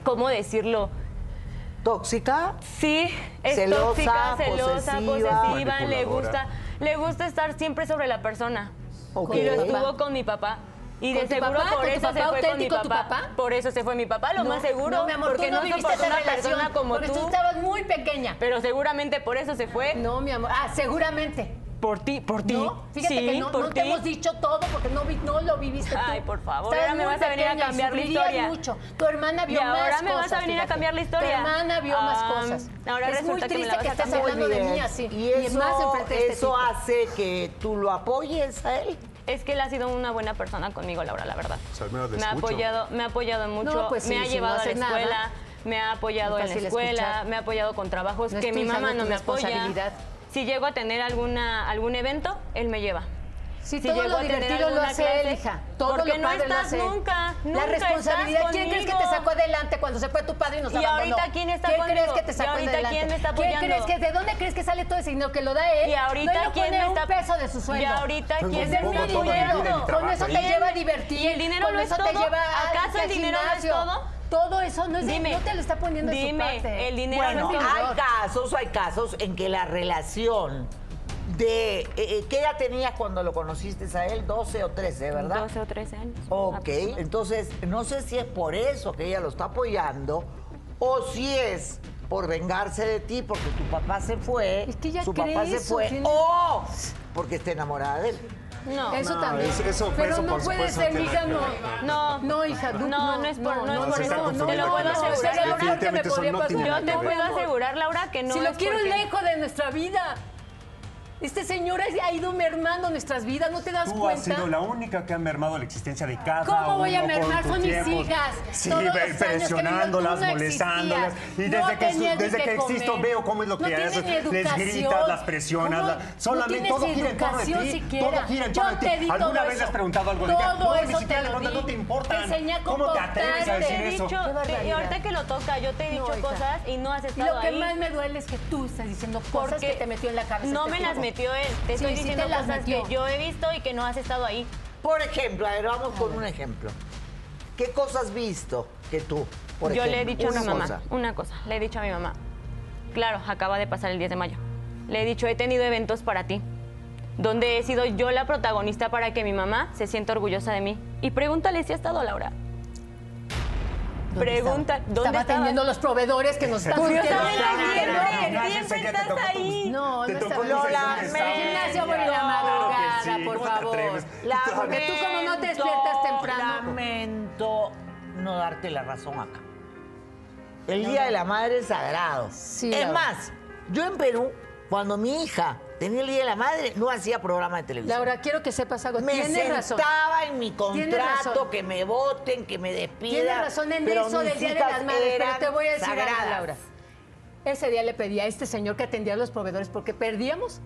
S9: ¿cómo decirlo?
S1: ¿Tóxica?
S9: Sí, es
S1: Celosa,
S9: tóxica, celosa,
S1: posesiva.
S9: posesiva, le gusta, le gusta estar siempre sobre la persona.
S1: Ok.
S9: Y lo estuvo con mi papá. Y de
S2: ¿Con tu
S9: seguro
S2: papá?
S9: por
S2: ¿Con tu
S9: eso
S2: papá
S9: se fue con mi
S2: auténtico, tu
S9: papá.
S2: papá?
S9: Por eso se fue mi papá, lo más seguro,
S2: No, mi amor,
S9: porque
S2: tú no,
S9: no,
S2: viviste
S9: soportó
S2: esa
S9: una
S2: relación
S9: persona como
S2: porque
S9: tú.
S2: tú estabas muy pequeña.
S9: Pero seguramente por eso se fue.
S2: No, mi amor. Ah, seguramente.
S9: Por ti, por ti.
S2: No, fíjate
S9: Sí,
S2: que no,
S9: por
S2: no te
S9: ti.
S2: hemos dicho todo porque no, vi- no lo viviste tú.
S9: Ay, por favor,
S2: Estabas
S9: ahora me
S2: muy
S9: vas a venir a
S2: pequeña y
S9: cambiar la
S2: sufrirías
S9: historia.
S2: mucho. Tu hermana vio
S9: Y ahora
S2: más
S9: me vas a
S2: cosas,
S9: venir a
S2: fíjate.
S9: cambiar la historia.
S2: Tu hermana vio más
S9: Ah,
S2: cosas.
S9: ahora
S2: es muy
S9: resulta que me
S2: triste
S9: la
S2: que,
S9: vas a
S2: estés
S9: cambiar.
S2: hablando
S1: Muy
S2: de
S1: bien.
S2: mí así.
S1: Y eso,
S2: más enfrente de este
S1: eso
S2: tipo.
S1: hace que tú lo apoyes a él.
S9: Es que él ha sido una buena persona conmigo, Laura, la verdad.
S5: O sea, al menos te
S9: me ha
S5: escucho.
S9: apoyado, me ha apoyado mucho,
S3: No, pues sí,
S9: me ha
S3: si
S9: llevado
S3: no
S9: a la
S3: haces nada,
S9: escuela, me ha apoyado
S3: es
S9: en la
S3: fácil
S9: escuela,
S3: escuchar.
S9: me ha apoyado con trabajos
S3: No es
S9: que
S3: tu
S9: mi
S3: hija,
S9: mamá
S3: no es
S9: no
S3: tu
S9: me apoya.
S3: responsabilidad.
S9: Si llego a tener alguna algún evento, él me lleva.
S3: Sí, todo
S9: llego
S3: lo
S9: a tener
S3: divertido lo
S9: alguna
S3: hace
S9: clase,
S3: él, hija. Todo
S9: porque
S3: lo
S9: no
S3: padre lo
S9: estás
S3: hace él.
S9: nunca, nunca
S3: La responsabilidad.
S9: estás
S3: ¿Quién crees que te
S9: conmigo?
S3: sacó adelante cuando se fue tu padre y nos
S9: ¿Y
S3: abandonó?
S9: ahorita quién está
S3: ¿Quién
S9: conmigo?
S3: crees que te
S9: ¿Y
S3: sacó
S9: ahorita
S3: adelante?
S9: quién me está
S3: ¿Quién
S9: apoyando?
S3: crees que, ¿De dónde crees que sale todo ese dinero que lo da él?
S9: Y ahorita
S3: no, él no
S9: quién
S3: pone
S9: me
S3: un
S9: está-
S3: peso de su sueldo.
S9: Y ahorita
S5: Pues
S9: quién
S5: me
S9: me
S5: pongo
S9: está
S5: todo mi vida en mi
S9: apoyando.
S3: Con eso te
S5: trabajo ahí.
S3: lleva a divertir.
S9: ¿Y el dinero
S3: con
S9: no es
S3: eso te
S9: todo?
S3: lleva a
S9: ¿Acaso el
S3: al
S9: dinero no es
S3: gimnasio.
S9: todo?
S3: Todo eso no es de-
S9: Dime,
S3: no te lo está poniendo de su
S9: dime,
S3: parte.
S9: el dinero
S1: Bueno,
S9: no es
S1: hay casos, hay casos en que la relación de... eh, eh, ¿Qué edad tenías cuando lo conociste a él? 12 o 13, ¿verdad?
S9: 12 o 13 años.
S1: Ok, entonces no sé si es por eso que ella lo está apoyando o si es por vengarse de ti porque tu papá se fue,
S3: Es que ella
S1: su
S3: cree
S1: papá se
S3: eso,
S1: fue
S3: tiene-
S1: o porque está enamorada de él.
S9: No.
S3: Eso también.
S5: es- eso-
S3: Pero
S5: eso,
S3: no
S5: por
S3: puede
S5: supuesto,
S3: ser,
S5: tiene
S3: mija,
S5: que
S3: no.
S5: ver.
S9: No.
S3: No, hija, no,
S9: No, no es por- no es
S5: por eso.
S3: No,
S5: Te lo puedo
S3: no,
S5: asegurar.
S3: sería lo peor que me
S5: Definitivamente son
S3: podría pasar.
S5: óptimas.
S9: Yo te
S5: No,
S9: puedo
S5: mi amor.
S9: asegurar, Laura, que no
S3: si lo
S9: es
S3: quiero
S9: porque-
S3: lejos de nuestra vida. Este señor ha ido mermando nuestras vidas, ¿no te das
S5: Tú has
S3: cuenta?
S5: sido la única que ha mermado la existencia de cada
S3: ¿Cómo voy a
S5: uno con
S3: mermar?
S5: tu
S3: Son mis
S5: tiempo.
S3: hijas.
S5: Sí,
S3: Todos los
S5: ve-
S3: años que vivo, tú
S5: presionándolas,
S3: no
S5: molestándolas.
S3: existías.
S5: Y
S3: No
S5: desde que, su-
S3: tenías ni
S5: desde
S3: qué
S5: que existo
S3: comer.
S5: veo cómo es lo que
S3: No tienes
S5: haces.
S3: ni
S5: Les
S3: educación.
S5: gritas, las presionas.
S3: ¿Cómo?
S5: la-
S3: No
S5: solamente
S3: tienes
S5: todo
S3: ni
S5: gira en torno de
S3: educación
S5: ti.
S3: siquiera.
S5: Todo gira en
S3: Yo
S5: torno de
S3: te di
S5: ti. ¿Alguna
S3: todo
S5: vez le has
S3: eso.
S5: preguntado algo? de
S3: Todo
S5: ella? no, ni siquiera
S3: eso te
S5: le
S3: lo
S5: contas,
S3: di.
S5: no te
S3: Te
S5: importan.
S3: enseñé a
S5: ¿Cómo te atreves a
S3: comportarte.
S5: decir
S9: Te he
S5: eso?
S9: dicho, te- y ahorita que lo toca, yo te he
S3: No,
S9: dicho
S3: hija.
S9: cosas y no has
S3: Y
S9: estado
S3: lo que
S9: ahí.
S3: más me duele es que tú estás diciendo cosas
S9: porque
S3: que te metió en la cabeza.
S9: No
S3: este
S9: me las
S3: tipo.
S9: metió él. Te estoy
S3: Sí, sí
S9: diciendo
S3: te las
S9: cosas
S3: metió.
S9: que yo he visto y que no has estado ahí.
S1: Por ejemplo, a ver, vamos con un ejemplo. ¿Qué cosas has visto que tú, por
S9: yo
S1: ejemplo?
S9: le he dicho a mi
S1: una
S9: mamá,
S1: cosa?
S9: una cosa, le he dicho a mi mamá, claro, acaba de pasar el 10 de mayo, le he dicho, he tenido eventos para ti, donde he sido yo la protagonista para que mi mamá se sienta orgullosa de mí. Y pregúntale si ha estado Laura. Pregunta,
S3: estaba?
S9: ¿dónde
S3: Estaba
S9: estabas?
S3: atendiendo los proveedores que nos están
S9: Curiosamente,
S3: sintiendo.
S9: siempre,
S5: Yo sé
S9: siempre
S5: que te
S9: estás
S5: tocó tu-
S9: ahí.
S3: No,
S5: Te
S3: no
S5: tocó
S3: estaba.
S5: tu
S1: Lola,
S5: sesión de
S1: me-
S5: sábado.
S3: Gimnasio por la
S5: Claro
S3: madrugada,
S5: que sí,
S3: por
S5: ¿cómo te
S3: favor.
S5: atreves?
S3: Porque tú como no te despiertas temprano.
S1: Lamento no darte la razón acá. El Día de la Madre es sagrado.
S3: Sí,
S1: es
S3: Laura.
S1: más, yo en Perú, cuando mi hija tenía el Día de la Madre, no hacía programa de televisión.
S3: Laura, quiero que sepas algo.
S1: me
S3: Tienes razón.
S1: sentaba en mi contrato
S3: razón.
S1: que me voten, que me despidan.
S3: Tienes razón en
S1: pero
S3: eso
S1: mis
S3: del Día de
S1: hijas
S3: las Madres, pero
S1: eran
S3: te voy a decir algo,
S1: sagradas.
S3: Laura. Ese día le pedí a este señor que atendiera a los proveedores porque perdíamos.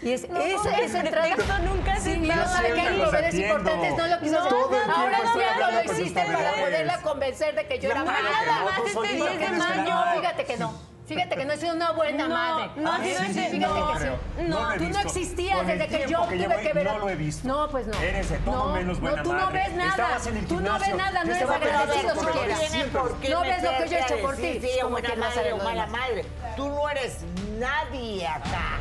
S3: Y es,
S9: No,
S3: es,
S9: hombre,
S3: ese
S9: pretexto
S3: trato-
S9: nunca
S3: sí,
S9: se
S3: y yo
S9: trata.
S3: sabe que
S5: Yo
S3: hay
S5: siempre los
S3: proveedores
S5: atiendo.
S3: importantes, no lo quiso
S9: No,
S3: hacer.
S9: todo el
S3: Ahora
S9: tiempo
S3: no
S9: estoy
S3: veas
S9: hablando
S3: lo
S9: con
S3: hiciste
S5: tus
S3: para
S5: proveedores.
S3: poderla convencer de que yo era
S9: No,
S3: mala.
S9: nada más
S5: Tú
S9: este
S5: solita
S9: 10 de
S5: tienes que
S9: mayo.
S5: dar.
S3: Fíjate que no. Fíjate que no he sido una buena
S9: No,
S3: madre.
S9: no has sido ese-
S3: Fíjate
S9: no,
S3: que sí.
S5: creo.
S3: No,
S5: No lo he
S3: tú no
S5: visto.
S3: existías
S5: Con el
S3: desde que yo
S5: tiempo que
S3: tuve
S5: llevo
S3: que
S5: ahí,
S3: ver. a-
S5: no lo he visto.
S3: No, pues no.
S5: Eres de todo
S3: No,
S5: menos buena
S3: no, tú no
S5: madre.
S3: ves nada.
S5: Estabas en el
S3: Tú no ves
S5: gimnasio.
S3: nada, no
S5: Te
S3: eres
S5: estaba pegando
S3: agradecido
S5: por
S3: siquiera.
S5: proveedores.
S1: Tiene por qué
S3: No ves lo que yo he hecho
S1: meterte a
S3: por ti.
S1: decir si ella es
S3: Como
S1: buena
S3: que más
S1: madre o
S3: haré lo
S1: mala
S3: demás.
S1: madre. Tú no eres nadie acá.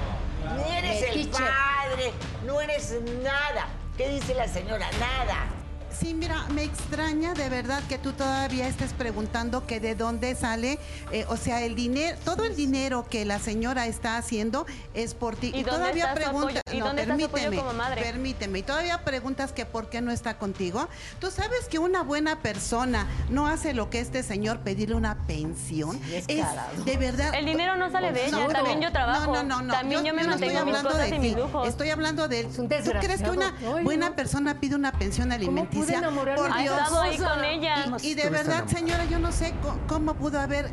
S1: Ni eres el
S3: Metiche.
S1: padre, no eres nada. ¿Qué dice la señora? Nada.
S10: Sí, mira, me extraña de verdad que tú todavía estés preguntando que de dónde sale, eh, o sea, el dinero, todo el dinero que la señora está haciendo es por ti.
S9: ¿Y dónde
S10: todavía
S9: está su apoyo?
S10: preguntas,
S9: ¿Y dónde está su apoyo como madre?
S10: permíteme, y todavía preguntas que por qué no está contigo. Tú sabes que una buena persona no hace lo que este señor pedirle una pensión. es, de verdad.
S9: El dinero no sale de ella,
S10: No,
S9: también yo trabajo.
S10: No, no, no, no.
S9: También yo, me
S10: no
S9: mantengo
S10: estoy
S9: mis
S10: hablando
S9: cosas
S10: de
S9: y mis
S10: ti,
S9: lujos.
S10: Estoy hablando de él.
S3: un
S10: ¿Tú crees que
S3: desgraciado.
S10: una
S3: Ay,
S10: buena
S3: no.
S10: persona pide una pensión alimenticia? iglesia.
S8: enamorarme
S10: por
S8: de
S10: Dios.
S8: tu Estaba ahí esposa. con ella.
S10: Y- Y, de
S8: Estuviste
S10: verdad,
S8: enamorada.
S10: señora, yo no sé co- cómo pudo haber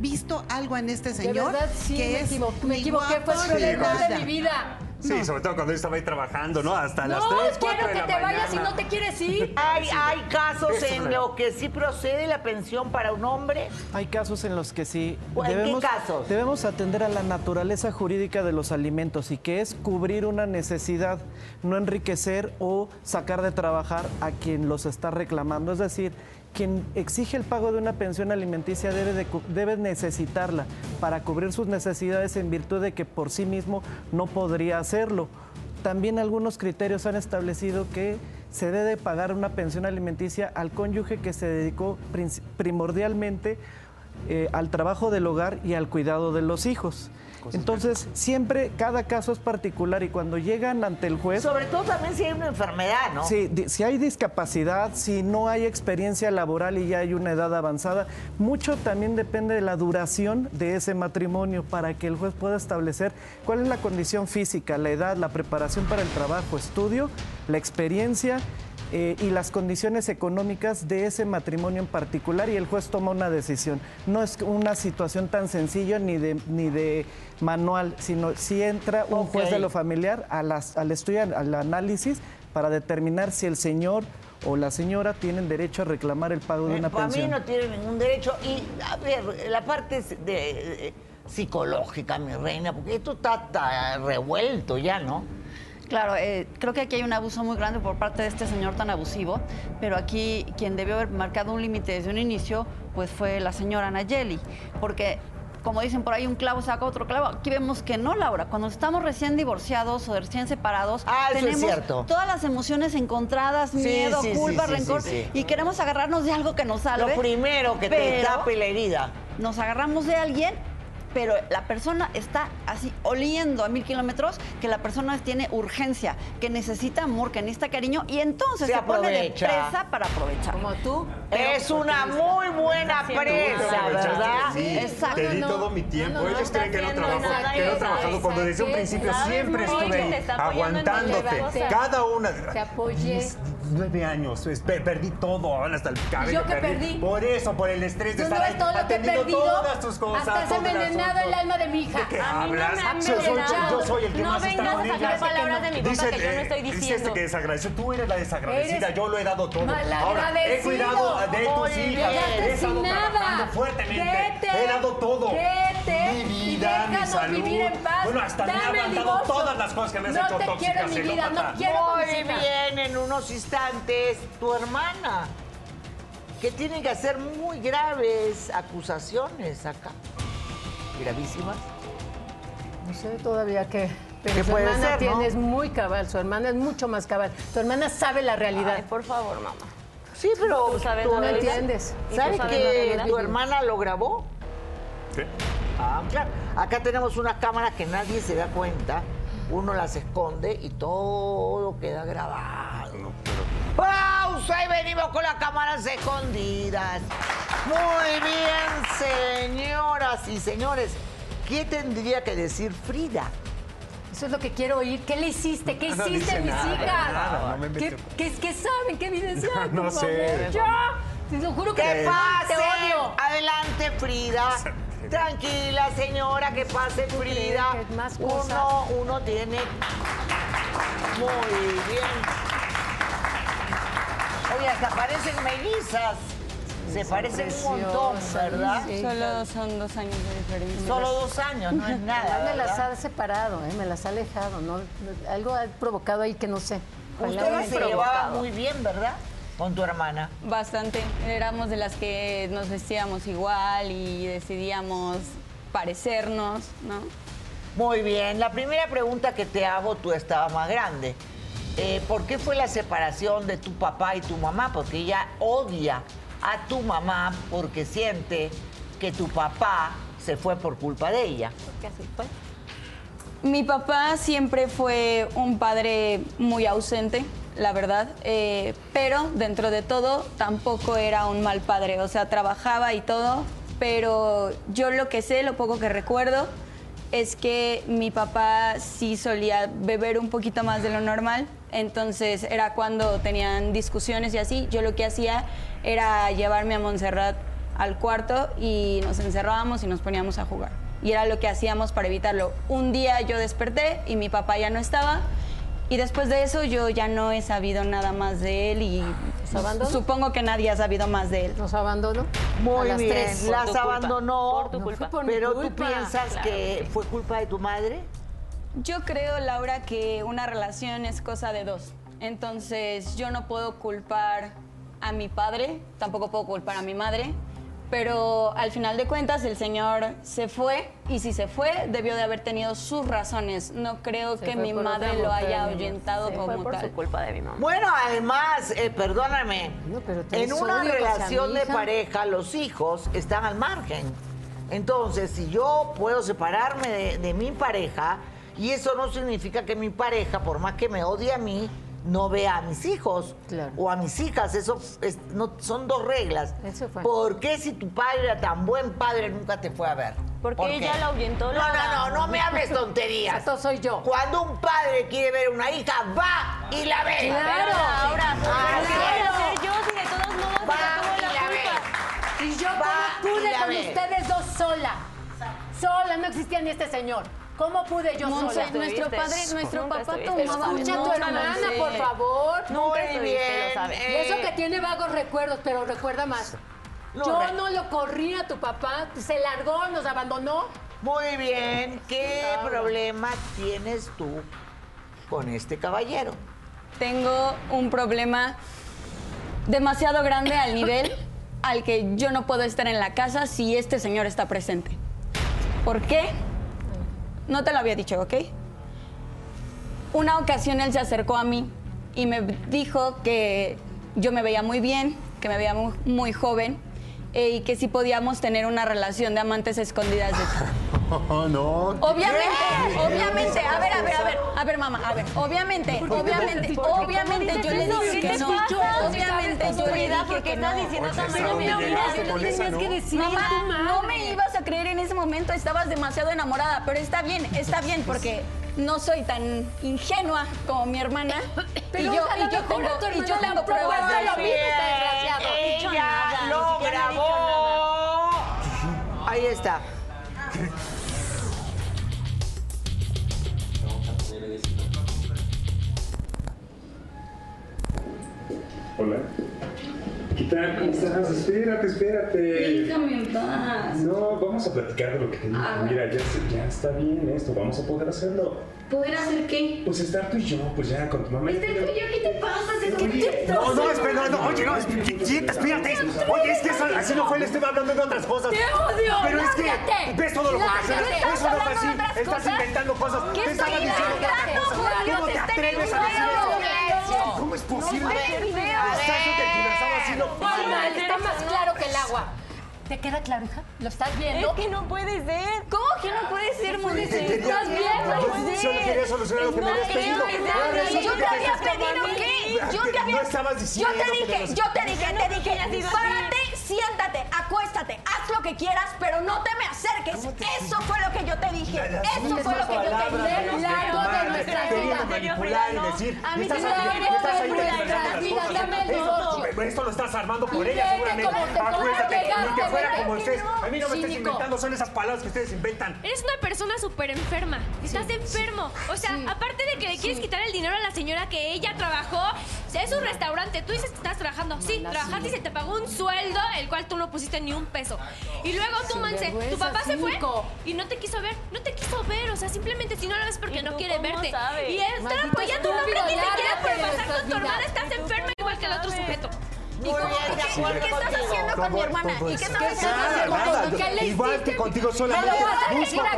S10: visto algo en este señor.
S8: verdad, sí,
S10: que
S8: me
S10: es
S8: equivo- me
S10: ni
S8: equivoqué, fue
S10: guapo
S8: el
S10: ni
S8: problema de
S10: nada.
S8: mi vida.
S5: Sí, sobre todo cuando yo estaba ahí trabajando, ¿no? Hasta las
S8: No,
S5: 3, 4
S8: quiero
S5: de
S8: que
S5: la
S8: te vayas y
S5: mañana.
S8: no te quieres ir.
S1: Hay, hay casos
S6: Bésame
S1: en
S6: la-
S1: los que sí procede la pensión para un hombre.
S6: Hay casos en los que sí.
S1: ¿O en qué casos?
S6: Debemos atender a la naturaleza jurídica de los alimentos y que es cubrir una necesidad, no enriquecer o sacar de trabajar a quien los está reclamando. Es decir, quien exige el pago de una pensión alimenticia debe, de cu- debe necesitarla para cubrir sus necesidades en virtud de que por sí mismo no podría hacerlo. También algunos criterios han establecido que se debe pagar una pensión alimenticia al cónyuge que se dedicó princ- primordialmente eh, al trabajo del hogar y al cuidado de los hijos. Entonces, siempre cada caso es particular y cuando llegan ante el juez...
S1: Sobre todo también si hay una enfermedad, ¿no?
S6: Sí, di- si hay discapacidad, si no hay experiencia laboral y ya hay una edad avanzada, mucho también depende de la duración de ese matrimonio para que el juez pueda establecer cuál es la condición física, la edad, la preparación para el trabajo, estudio, la experiencia. eh, y las condiciones económicas de ese matrimonio en particular y el juez toma una decisión. No es una situación tan sencilla ni de, ni de manual, sino si entra un juez de
S1: Ok.
S6: lo familiar a las- al estudio, al análisis, para determinar si el señor o la señora tienen derecho a reclamar el pago de una
S1: Para Eh, pues mí
S6: pensión.
S1: no tiene ningún derecho. Y, a ver, la parte de- de- eh, psicológica, mi reina, porque esto está, tan revuelto ya, ¿no?
S11: Claro, eh, creo que aquí hay un abuso muy grande por parte de este señor tan abusivo, pero aquí quien debió haber marcado un límite desde un inicio, pues fue la señora Nayeli, porque como dicen por ahí, un clavo saca otro clavo. Aquí vemos que no, Laura, cuando estamos recién divorciados o recién separados,
S1: Ah, eso es
S11: tenemos
S1: cierto.
S11: todas las emociones encontradas,
S1: Sí,
S11: miedo,
S1: sí, sí,
S11: culpa,
S1: sí, sí,
S11: rencor,
S1: sí.
S11: y queremos agarrarnos de algo que nos salve.
S1: Lo primero que te
S11: pero-
S1: tape la herida.
S11: nos agarramos de alguien, pero la persona está así oliendo a mil kilómetros, que la persona tiene urgencia, que necesita amor, que necesita cariño, y entonces
S1: Se
S11: se, pone de
S1: aprovecha.
S11: presa para aprovechar. Como tú.
S1: Es una muy buena presa, ¿verdad?
S5: Sí, Te di todo mi tiempo. Ellos creen que no trabajo, que no he trabajado. Cuando desde un principio
S8: Nada,
S5: siempre
S8: no,
S5: estuve
S8: que te
S5: ahí,
S8: está apoyando en
S5: aguantándote.
S8: cualquier cosa.
S5: Cada una.
S8: Te apoyé.
S5: Nueve años, es- pe- perdí todo, ahora hasta el cabello.
S8: Yo que perdí.
S5: Por eso, por el estrés de
S8: Tú no
S5: estar ahí,
S8: ves todo lo que he
S5: atendiendo
S8: perdido.
S5: todas tus cosas.
S8: Hasta has
S5: todo el
S8: envenenado el
S5: asunto.
S8: alma de mi hija.
S5: ¿De qué hablas?
S8: han
S5: Yo soy-
S8: envenenado.
S5: yo soy el que
S8: No
S5: más está
S8: vengas a
S5: con
S8: sacar
S5: ella.
S8: palabras de mi boca
S5: Dice
S8: que yo no
S5: el-
S8: estoy
S5: Dice este
S8: diciendo.
S5: que desagradeció. Tú eres la desagradecida.
S8: Eres
S5: yo lo he dado todo. Ahora, he
S8: malagradecido.
S5: cuidado de
S8: Muy
S5: tus
S8: bien.
S5: hijas.
S8: Quédate
S5: He estado
S8: sin nada.
S5: trabajando fuertemente.
S8: Vete,
S5: He dado todo.
S8: vete
S5: Mi
S8: y
S5: vida, mi
S8: déjanos
S5: salud.
S8: vivir en paz.
S5: Bueno, hasta me he
S8: Dame el
S5: aguantado
S8: divorcio.
S5: todas las cosas que me has
S8: No
S5: hecho
S8: te
S5: tóxica,
S8: quiero en mi vida, no
S5: celópata.
S8: quiero con mis
S1: Muy
S8: hijas.
S1: bien, en unos instantes, tu hermana, que tiene que hacer muy graves acusaciones acá. Gravísimas.
S3: No sé todavía qué. Pero
S1: ¿Qué
S3: su
S1: puede
S3: hermana
S1: ser, no?
S3: tiene- es muy cabal, su hermana es mucho más cabal. Tu hermana sabe la realidad.
S11: por favor, mamá.
S1: Sí, pero
S3: Tú sabes
S1: tu-
S3: la realidad. entiendes. Y tú
S1: ¿Sabes
S3: sabes la
S1: que
S3: realidad.
S1: tu hermana lo grabó?
S5: ¿Qué?
S1: Ah, claro. Acá tenemos unas cámaras que nadie se da cuenta. Uno las esconde y todo queda grabado. Pausa y venimos con las cámaras escondidas. Muy bien, señoras y señores. ¿Qué tendría que decir Frida?
S8: Eso es lo que quiero oír. ¿Qué le hiciste? ¿Qué
S1: No, no
S8: hiciste
S1: dice
S8: a mis
S1: nada,
S8: hijas?
S5: nada, no me
S8: ¿Qué,
S5: metió.
S8: qué, qué saben? ¿Qué evidencian?
S5: No
S8: por
S5: sé.
S8: favor? Yo te lo juro que
S1: ¡Que
S8: te
S1: pase!
S8: odio.
S1: Adelante, Frida. Tranquila, señora, que pase, Frida.
S8: crees que es más cosas?
S1: Uno, uno tiene. Muy bien. Oye, hasta parecen mellizas. Se parecen un montón, ¿verdad?
S9: Solo son dos años de diferencia.
S1: Solo dos años, no es nada.
S3: Además, me las
S1: ¿verdad?
S3: ha separado, ¿eh? me las ha alejado. ¿no? Algo ha provocado ahí que no sé. Ojalá
S1: Ustedes
S3: no
S1: se
S3: haya
S1: llevaban
S3: provocado.
S1: muy bien, ¿verdad? Con tu hermana.
S9: Bastante. Éramos de las que nos vestíamos igual y decidíamos parecernos, ¿no?
S1: Muy bien, la primera pregunta que te hago, tú estabas más grande. Eh, ¿Por qué fue la separación de tu papá y tu mamá? Porque ella odia a tu mamá porque siente que tu papá se fue por culpa de ella.
S9: Mi papá siempre fue un padre muy ausente, la verdad, eh, pero dentro de todo tampoco era un mal padre, o sea, trabajaba y todo, pero yo lo que sé, lo poco que recuerdo, es que mi papá sí solía beber un poquito más de lo normal,
S12: Entonces era cuando tenían discusiones y así. Yo lo que hacía era llevarme a Montserrat al cuarto y nos encerrábamos y nos poníamos a jugar. Y era lo que hacíamos para evitarlo. Un día yo desperté y mi papá ya no estaba. Y después de eso yo ya no he sabido nada más de él y pues,
S13: abandonó?
S12: supongo que nadie ha sabido más de él.
S13: Nos abandonó.
S12: Muy
S1: Muy bien, las abandonó.
S12: Por tu culpa.
S1: Pero tú piensas que fue culpa de tu madre.
S12: Yo creo, Laura, que una relación es cosa de dos. Entonces, yo no puedo culpar a mi padre, tampoco puedo culpar a mi madre, pero al final de cuentas el señor se fue y si se fue debió de haber tenido sus razones. No creo
S9: Se
S12: que
S9: fue
S12: mi
S9: por otra
S12: madre lo
S9: mujer,
S12: haya
S9: mi amor.
S12: ahuyentado
S9: Se fue
S12: como
S9: por su
S12: tal.
S9: culpa de mi mamá.
S1: Bueno, además, eh, perdóname, en
S9: hizo
S1: una
S9: odio hacia
S1: relación
S9: mi
S1: de
S9: hija.
S1: pareja los hijos están al margen. Entonces, si yo puedo separarme de, de mi pareja, y eso no significa que mi pareja, por más que me odie a mí, no vea a mis hijos o a mis hijas, eso es- no, son dos reglas.
S13: fue.
S1: ¿Por qué si tu padre era tan buen padre nunca te fue a ver?
S9: Porque
S1: ¿Por qué?
S9: ella la ahuyentó.
S1: No, no, no, no me hables tonterías.
S13: Esto soy yo.
S1: Cuando un padre quiere ver a una hija, va y la ve.
S9: Claro. Ahora,
S1: Ah,
S9: ¿qué voy a hacer yo si de todos modos ella tuvo la culpa?
S3: Y yo
S1: Va
S3: cómo
S1: y
S3: pude
S1: la
S3: con
S1: ve.
S3: ustedes dos sola. Sola, no existía ni este señor. ¿Cómo pude yo
S12: Nunca
S3: sola?
S12: estuviste. Nuestro padre- nuestro Nunca papá estuviste, tomaba- lo
S3: Escucha a tu
S12: sabes. Nunca lo
S3: hermana,
S12: sé.
S3: por favor.
S12: Nunca estuviste, lo sabes.
S3: Y Eso que tiene vagos recuerdos, pero recuerda más.
S1: No,
S3: yo
S1: re-
S3: no lo corrí a tu papá, se largó, nos abandonó.
S1: Muy bien, ¿qué problema tienes tú con este caballero?
S12: Tengo un problema demasiado grande al nivel al que yo no puedo estar en la casa si este señor está presente. ¿Por qué? No te lo había dicho, ¿ok? Una ocasión él se acercó a mí y me dijo que yo me veía muy bien, que me veía muy, muy joven eh, y que sí podíamos tener una relación de amantes escondidas de ti.
S14: no.
S12: Obviamente, obviamente, a ver, a ver, a ver, a ver, mamá, a ver, obviamente,
S9: qué?
S12: obviamente,
S9: ¿Por qué?
S12: obviamente
S9: ¿Cómo
S12: yo le
S9: dices eso?
S12: dije
S9: ¿Qué
S12: que
S9: te
S12: no,
S9: pasa?
S12: obviamente
S9: Sabes
S12: yo
S9: con
S12: le
S9: seguridad
S12: dije
S9: por qué
S12: que no.
S9: estás
S12: Oye,
S9: diciendo tamaño,
S12: ¿hasta
S9: mira,
S12: dónde
S9: mira,
S12: llegaste
S9: yo
S12: con le
S9: esa,
S12: tenías
S9: no?
S12: que decir,
S9: Mamá,
S12: tu madre.
S9: no me ibas a creer en ese momento, estabas demasiado enamorada, pero está bien, está bien, porque no soy tan ingenua como mi hermana.
S3: Pero
S12: y yo,
S3: a lo
S12: y yo
S3: mejor
S12: tengo,
S3: a tu
S12: y yo
S3: hermana
S12: tengo
S3: le han
S12: pruebas de
S3: probado lo mismo, este desgraciado.
S12: No he dicho
S1: Pues Ella
S12: nada, ni
S1: lo
S12: siquiera he dicho
S1: grabó. Ahí está.
S5: Hola. ¿Qué tal? ¿Cómo estás? Espérate, espérate.
S9: en paz.
S5: No, vamos a platicar de lo que te digo.
S9: Ah.
S5: Mira, ya, se- ya está bien esto, vamos a poder hacerlo.
S9: ¿Poder hacer qué?
S5: Pues estar tú y yo, pues ya, con tu mamá.
S9: Estar tú y yo, ¿qué te pasa? ¿Qué te
S5: Oye, No, no, espera, no, no, oye, no, espera, quieta, espérate. Oye, es que eso, así no fue, le estoy hablando de otras cosas.
S9: ¡Te odio!
S5: Pero es que,
S9: ¡Lárgate!
S5: ves todo lo que ocasionas,
S9: ¡Lárgate!
S5: eso no fue así,
S9: ¿Estás hablando de otras
S5: estás
S9: cosas?
S5: inventando cosas,
S9: ¿Qué
S5: te estaba
S9: estoy
S5: diciendo que
S9: inventando?
S5: otras
S9: Julio,
S5: cosas. ¿Cómo
S9: te
S5: te
S9: está
S5: atreves a decir
S9: inventando.
S5: eso? ¿Cómo es posible? Estás tergiversado así, no puede
S3: Palma,
S5: ser.
S3: está más claro que el agua. ¿Te queda claro, hija? ¿Lo estás viendo?
S12: Es que no puede ser. ¿Cómo que no puede ser, Monse?
S5: Quería-
S12: ¿Estás bien? No
S5: Yo
S12: puede
S5: solo quería solucionar lo que me
S12: No
S5: habías
S12: creo
S5: pedido.
S12: que
S5: Ahora
S12: sea así.
S5: resulta
S12: Yo
S5: que
S12: te había
S5: estás
S12: pedido
S5: mal.
S12: qué. Yo
S5: Que
S12: te había
S5: No estabas diciendo.
S12: Yo te
S5: que
S12: dije,
S5: los-
S12: yo te dije, te dije, párate, siéntate, acuéstate, haz lo que quieras, pero no te me acerques. Eso fue lo que yo te dije. Eso fue lo que yo te dije.
S3: Largo de nuestra vida.
S5: manipular y decir,
S3: A
S5: y
S3: mí
S5: estás
S3: me
S5: ahí, y estás ahí
S3: duele,
S5: tergiversando
S3: Brenda,
S5: las
S3: dígame el
S5: cosas.
S3: divorcio.
S5: Esto- Esto lo estás armando por
S3: Y
S5: ella
S3: vete
S5: seguramente.
S3: como te-
S5: Acuérdate, ni
S3: llegaste,
S5: que fuera
S3: ¿verdad
S5: como
S3: que
S5: ustedes. A mí no me estás
S3: Cínico.
S5: inventando, son esas palabras que ustedes inventan.
S15: Eres una persona súper enferma. Estás enfermo. O sea, aparte de que le quieres quitar el dinero a la señora que ella trabajó, o sea, es un restaurante. Tú dices que estás trabajando. sí, trabajaste y se te pagó un sueldo, el cual tú no pusiste ni un peso. Y luego tú, Monse, tu
S3: Sinvergüenza,
S15: papá se fue
S3: cínico.
S15: y no te quiso ver. No te quiso ver. O sea, simplemente si no lo ves porque no quiere
S3: cómo
S15: verte.
S3: sabes?
S15: Y estar
S3: Maldito
S15: apoyando a un hombre que
S3: estúpido,
S15: ni siquiera por
S3: lárgate de
S15: pasar
S3: nuestras
S15: con tu hermana
S3: vidas.
S15: estás enferma igual que el otro sujeto.
S1: Muy bien, de acuerdo contigo.
S5: Todo- todo eso. Nada, nada. Igual que contigo solamente
S3: Me lo vas a decir
S5: busco
S3: aquí.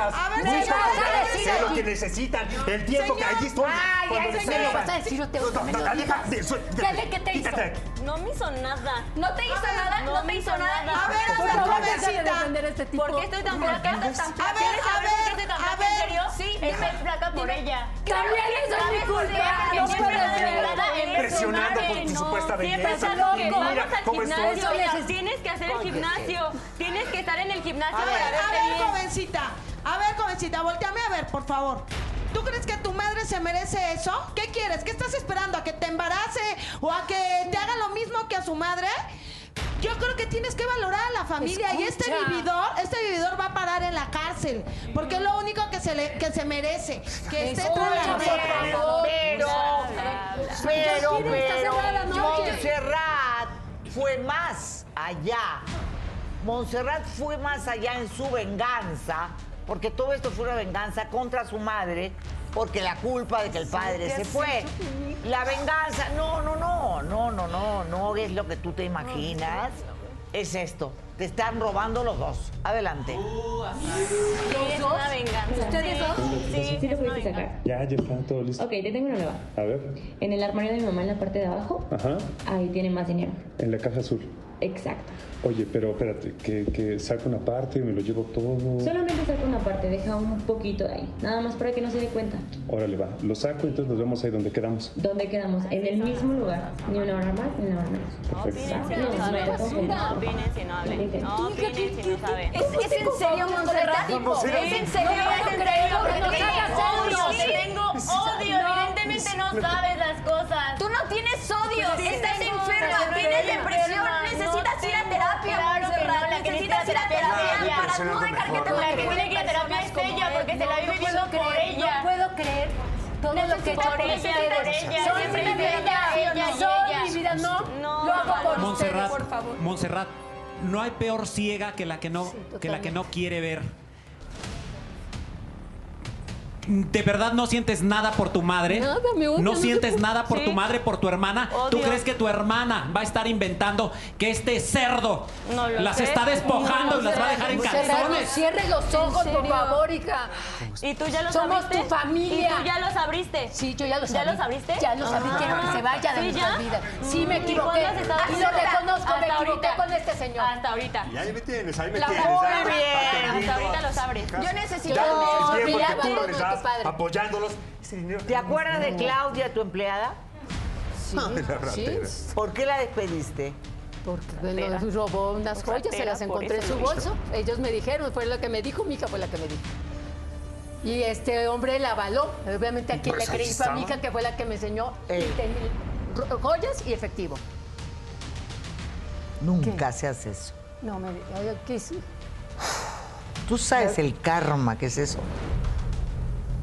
S5: apoyarlas,
S3: A ver, me
S5: busco
S3: lo vas a
S5: apoyarlas,
S3: decir
S5: sé lo
S3: aquí.
S5: que necesitan, el tiempo que allí estoy.
S3: Ay,
S5: cuando
S3: ay,
S5: lo
S3: señor,
S5: sepan.
S3: vas a decir, yo te
S5: No,
S3: odio,
S5: no,
S3: me
S5: no,
S3: lo
S5: aleja,
S3: digas.
S5: de- su-
S3: Dale, ¿qué te hizo?
S5: quítate de aquí.
S9: No me hizo nada.
S12: No te hizo nada, no, te hizo nada.
S9: nada.
S12: A ver,
S9: Por
S12: hasta
S9: favor,
S12: jovencita.
S9: deja de defender
S16: este
S12: ¿Por qué estoy tan
S9: ¿Por
S12: flaca?
S9: qué
S12: ¿Estás tan
S9: ves?
S12: flaca?
S9: A ver,
S12: ¿Quieres
S9: a
S12: saber
S9: ver,
S12: por qué estoy tan
S9: a
S12: flaca?
S9: ver.
S12: ¿En serio? Sí,
S9: Dime,
S12: estoy flaca por
S9: dime.
S12: ella.
S9: También eso es mi culpa, no puedes ver.
S5: Impresionando por tu supuesta belleza.
S9: que
S5: Mira,
S9: vamos al
S5: ¿cómo estoy?
S9: gimnasio.
S5: Eso
S9: Mira,
S5: les-
S9: Tienes que hacer el gimnasio. Tienes que estar en el gimnasio
S10: A ver,
S9: para
S10: a
S9: verte
S10: ver,
S9: bien.
S10: jovencita. A ver, jovencita, volteame a ver, por favor.
S17: ¿Tú crees que tu madre se merece eso? ¿Qué quieres? ¿Qué estás esperando? ¿A que te embarace o a que te haga lo mismo que a su madre? Yo creo que tienes que valorar a la familia y este
S16: Escucha.
S17: vividor, este vividor va a parar en la cárcel, porque es lo único que se le, que se merece, que esté
S1: Escucha,
S17: tras las rejas.
S1: pero, pero, pero,
S17: Yo quiero estar
S1: pero,
S17: cerrada, ¿no?
S1: Montserrat fue más allá. Montserrat fue más allá en su venganza, porque todo esto fue una venganza contra su madre, porque la culpa de que el padre
S16: ¿qué
S1: se
S16: has
S1: fue.
S16: hecho conmigo?
S1: La venganza, no, no, no, no, no, no, no es lo que tú te imaginas. Es esto, te están robando los dos. Adelante.
S9: Sí, es una venganza.
S16: ¿Ustedes
S9: Sí.
S16: dos?
S9: Sí,
S16: Sí,
S9: es
S16: lo
S9: una
S16: pudiste
S9: venganza.
S16: sacar.
S18: Ya, ya está todo listo.
S16: Ok, te tengo una nueva.
S18: A ver.
S16: En el armario de mi mamá, en la parte de abajo,
S18: Ajá.
S16: ahí tiene más dinero.
S18: En la caja azul.
S16: Exacto.
S18: Oye, pero espérate, que, que saco una parte y me lo llevo todo.
S16: Solamente saca una parte, deja un poquito de ahí. Nada más para que no se dé cuenta.
S18: Órale, va. Lo saco y entonces nos vemos ahí donde quedamos.
S16: ¿Dónde quedamos? En el mismo lugar. Ni una hora más, ni una hora menos.
S18: Perfecto.
S9: No saben, no opinen si no hablen. No opinen si no saben.
S12: ¿Es en serio, Montserrat? ¿Es en serio?
S9: No creo que nos hagas odio.
S12: odio.
S9: Te tengo odio. Evidentemente no sabes las cosas.
S12: Tú no tienes odio,
S9: Sí,
S12: estás
S9: tengo
S12: enferma,
S9: odio,
S12: tienes
S9: estoy
S12: depresión,
S9: enferma,
S12: necesitas
S9: no
S12: ir a
S9: tengo,
S12: terapia,
S9: claro que
S12: Montserrat,
S9: no, la que
S12: necesitas
S9: necesita
S12: ir a
S9: terapia es
S12: terapia
S9: ella.
S12: para no dejar que te
S9: La que tiene que ir a terapia es ella, porque se la vive viviendo por ella.
S12: No puedo creer todo lo que
S9: Necesita por ella, por ella,
S12: Soy
S9: siempre
S12: mi
S9: ella,
S12: vida,
S9: ella, ella.
S12: soy mi vida, no,
S9: No,
S12: lo hago por ustedes,
S7: Montserrat,
S12: por favor.
S7: Montserrat, no hay peor ciega que la que no, que la que no quiere ver. ¿De verdad no sientes nada por tu madre?
S12: Nada, me odia,
S7: ¿No
S12: no
S7: sientes
S12: sé por-
S7: nada por
S12: Sí.
S7: tu madre, por tu hermana? ¿Tú
S12: Odio.
S7: crees que tu hermana va a estar inventando que este cerdo
S12: No lo
S7: las
S12: sé.
S7: está despojando
S12: No,
S7: y las va a dejar en
S12: Montserrat,
S7: calzones?
S12: Cierre los ojos,
S9: ¿En
S12: por
S9: serio?
S12: favor, hija.
S9: Y tú ya los
S12: Somos
S9: abriste.
S12: tu familia.
S9: Y tú ya los abriste.
S12: Sí, yo ya los
S9: ¿Ya
S12: abrí.
S9: los abriste?
S12: Ya los abrí,
S9: Ah.
S12: quiero que se vaya de
S9: ¿Sí,
S12: nuestras
S9: ya? Mm,
S12: vidas. Sí, me
S9: ¿Y
S12: equivoqué.
S9: cuántas estabas
S12: Y lo
S9: ahorita?
S12: reconozco, me
S9: Hasta
S12: equivoqué
S9: ahorita.
S12: con este señor.
S9: Hasta ahorita.
S19: Y ahí me tienes, ahí me
S12: La
S19: tienes.
S12: pobre
S19: ahí,
S12: bien.
S19: atendiendo
S12: Hasta ahorita
S19: a
S12: los
S19: sus
S12: abres.
S19: hijas.
S12: Yo necesito
S19: Ya
S12: que
S19: no
S12: me
S19: sé bien porque
S12: pidan
S19: tú no
S12: algo
S19: les
S12: de tu
S19: das
S12: padre.
S19: apoyándolos. Ese dinero-
S1: ¿Te acuerdas de Claudia, tu empleada?
S3: Sí,
S19: Ah, La ratera.
S3: sí.
S1: ¿Por qué la despediste?
S3: Porque bueno, robó unas
S1: Por
S3: joyas, se
S1: ratera,
S3: las
S1: por
S3: encontré en
S1: eso
S3: su
S1: lo hizo.
S3: bolso. Ellos me dijeron, fue lo que me dijo, mi hija fue la que me dijo. Y este hombre la avaló, obviamente a quien le
S12: Pues ahí
S3: creí fue a mi
S12: estaba.
S3: hija, que fue la que me enseñó
S1: Ey.
S3: 20 mil ro- joyas y efectivo.
S1: Nunca se hace eso.
S3: No, me oye, ¿qué hice?
S1: ¿Tú sabes el karma que es eso?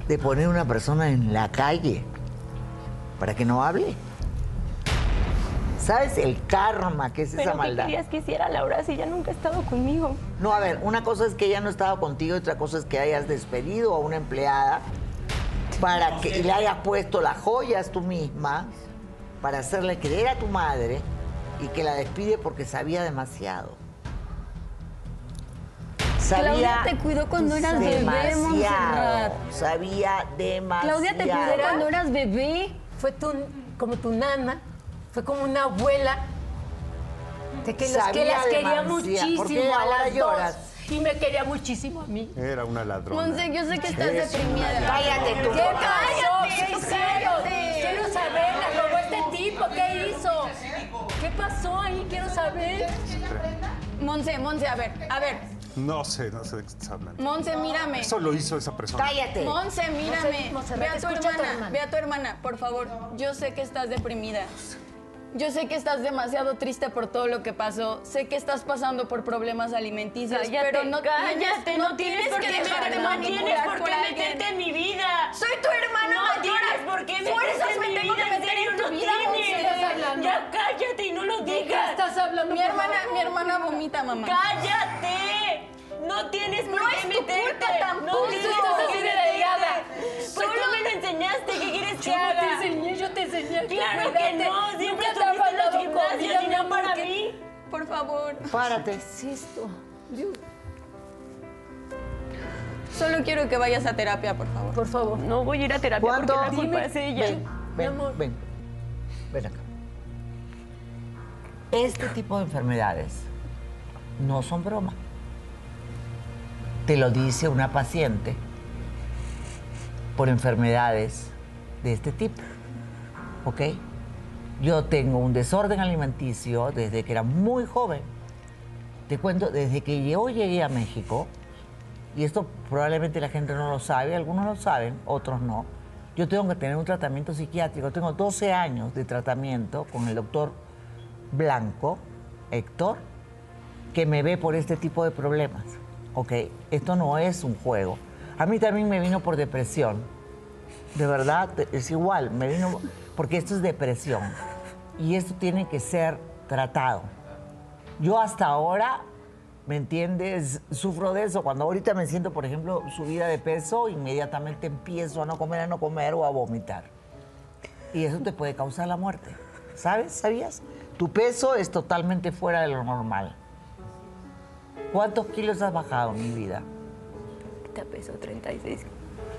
S1: De poner una persona en la calle para que no hable. ¿Sabes el karma que es esa
S9: Pero ¿qué
S1: maldad?
S9: querías que hiciera Laura si ya nunca ha estado conmigo?
S1: No, a ver, una cosa es que ella no estaba contigo, y otra cosa es que hayas despedido a una empleada para que y le hayas puesto las joyas tú misma para hacerle creer a tu madre y que la despide porque sabía demasiado.
S12: Claudia te cuidó cuando eras bebé,
S1: demasiado,
S12: Montserrat.
S1: Sabía demasiado.
S12: Claudia te cuidó cuando eras bebé.
S3: Fue tu, como tu nana, fue como una abuela. De que, los, que
S1: Sabía
S3: las quería
S1: demasiado. ¿Por
S3: muchísimo
S1: qué
S3: a
S1: ahora
S3: las
S1: lloras?
S3: dos. Y me quería muchísimo a mí.
S5: Era una ladrona.
S12: Monse, yo sé que estás
S5: Es una
S12: deprimida.
S5: ladrona.
S12: Cállate tú.
S3: ¿Qué pasó?
S12: Cállate,
S3: ¿En serio?
S12: cállate.
S3: Quiero saber, la robó este tipo, ¿qué hizo? ¿Qué pasó ahí? Quiero saber.
S12: Monse, Monse, a ver, a ver.
S5: No sé, no sé de qué estás hablando.
S12: Monse, mírame.
S5: Eso lo hizo esa persona.
S12: Monse, mírame.
S3: Monse, Monserrat,
S12: ve a tu
S3: escucha a tu
S12: hermana,
S3: hermana.
S12: ve a tu hermana, por favor. Yo sé que estás deprimida. Yo sé que estás demasiado triste por todo lo que pasó. Sé que estás pasando por problemas alimenticios,
S9: Cállate,
S12: pero no
S9: cállate, no tienes por qué
S12: dejar
S9: meterte,
S12: de
S9: no
S12: manipular
S9: tienes por qué
S12: alguien.
S9: meterte en mi vida.
S12: Soy tu hermana
S9: No
S12: mayor.
S9: tienes por qué meterte
S12: Fuerzas
S9: en
S12: me
S9: mi
S12: tengo
S9: vida,
S12: que meter en
S9: serio,
S12: tu
S9: no
S12: vida,
S9: tienes.
S12: Monse, estás hablando.
S9: Ya cállate y no lo
S12: ¿De qué
S9: digas.
S12: estás hablando,
S9: Mi
S12: por
S9: hermana,
S12: favor?
S9: mi hermana vomita, mamá. Cállate. No tienes por
S12: No
S9: qué
S12: es tu
S9: meterte.
S12: culpa tampoco,
S9: No tienes
S12: estás
S9: por
S12: así
S9: qué
S12: de
S9: meterte.
S12: delgada.
S9: Pues
S12: Solo-
S9: tú me lo enseñaste, ¿qué quieres que
S12: Yo
S9: haga?
S12: te enseñé, yo te enseñé. a
S9: Claro que
S12: cuidarte.
S9: no, siempre
S12: Nunca te
S9: tuviste
S12: has
S9: los
S12: dado
S9: gimnasios y
S12: cuenta,
S9: no para
S12: porque-
S9: mí.
S12: Por favor.
S1: Párate. ¿Qué
S12: es esto? Dios. Solo quiero que vayas a terapia, por favor. Por favor.
S9: No voy a ir a terapia
S1: ¿Cuánto?
S9: porque la culpa es ella.
S1: Ven, ven, ven acá. Este tipo de enfermedades no son broma. Te lo dice una paciente por enfermedades de este tipo. ¿Ok? Yo tengo un desorden alimenticio desde que era muy joven. Te cuento, desde que yo llegué a México, y esto probablemente la gente no lo sabe, algunos lo saben, otros no. Yo tengo que tener un tratamiento psiquiátrico. Tengo 12 años de tratamiento con el doctor Blanco, Héctor, que me ve por este tipo de problemas. Ok, esto no es un juego. A mí también me vino por depresión. De verdad, te- es igual, me vino porque esto es depresión. Y esto tiene que ser tratado. Yo hasta ahora, ¿me entiendes? Sufro de eso. Cuando ahorita me siento, por ejemplo, subida de peso, inmediatamente empiezo a no comer, a no comer o a vomitar. Y eso te puede causar la muerte. ¿Sabes? ¿Sabías? Tu peso es totalmente fuera de lo normal. ¿Cuántos kilos has bajado, mi vida?
S20: Te peso 36.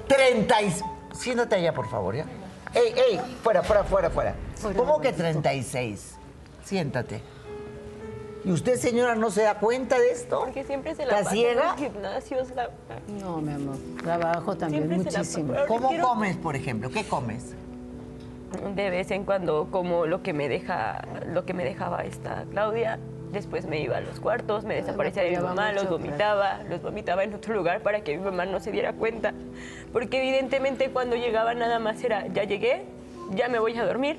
S1: 30 y... Siéntate allá, por favor, ¿ya? ¡Ey, ey! Fuera, fuera, fuera, fuera. ¿Cómo que 36? Siéntate. ¿Y usted, señora, no se da cuenta de esto?
S9: Porque siempre se la
S1: ¿Está
S9: pasa en
S1: ciega?
S9: los gimnasios, la-
S3: No, mi amor. Trabajo también
S9: Siempre se la
S3: muchísimo.
S9: paso.
S1: ¿Cómo
S9: Quiero-
S1: comes, por ejemplo? ¿Qué comes?
S9: De vez en cuando como lo que me deja, lo que me dejaba esta Claudia. Después me iba a los cuartos, me desaparecía de mi
S11: apoyaba
S9: mamá,
S11: mucho,
S9: los vomitaba, los vomitaba en otro lugar para que mi mamá no se diera cuenta. Porque evidentemente cuando llegaba nada más era, ya llegué, ya me voy a dormir,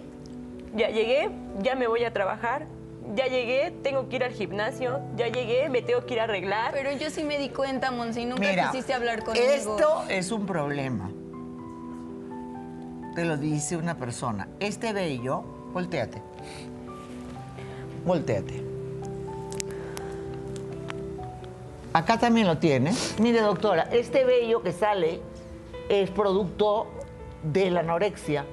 S9: ya llegué, ya me voy a trabajar, ya llegué, tengo que ir al gimnasio, ya llegué, me tengo que ir a arreglar.
S12: Pero yo sí me di cuenta, Monse, y nunca
S1: Mira,
S12: quisiste hablar conmigo.
S1: Esto es un problema. Te lo dice una persona. Este bello, volteate. Volteate. Acá también lo tienes. Mire, doctora, este vello que sale es producto de la anorexia.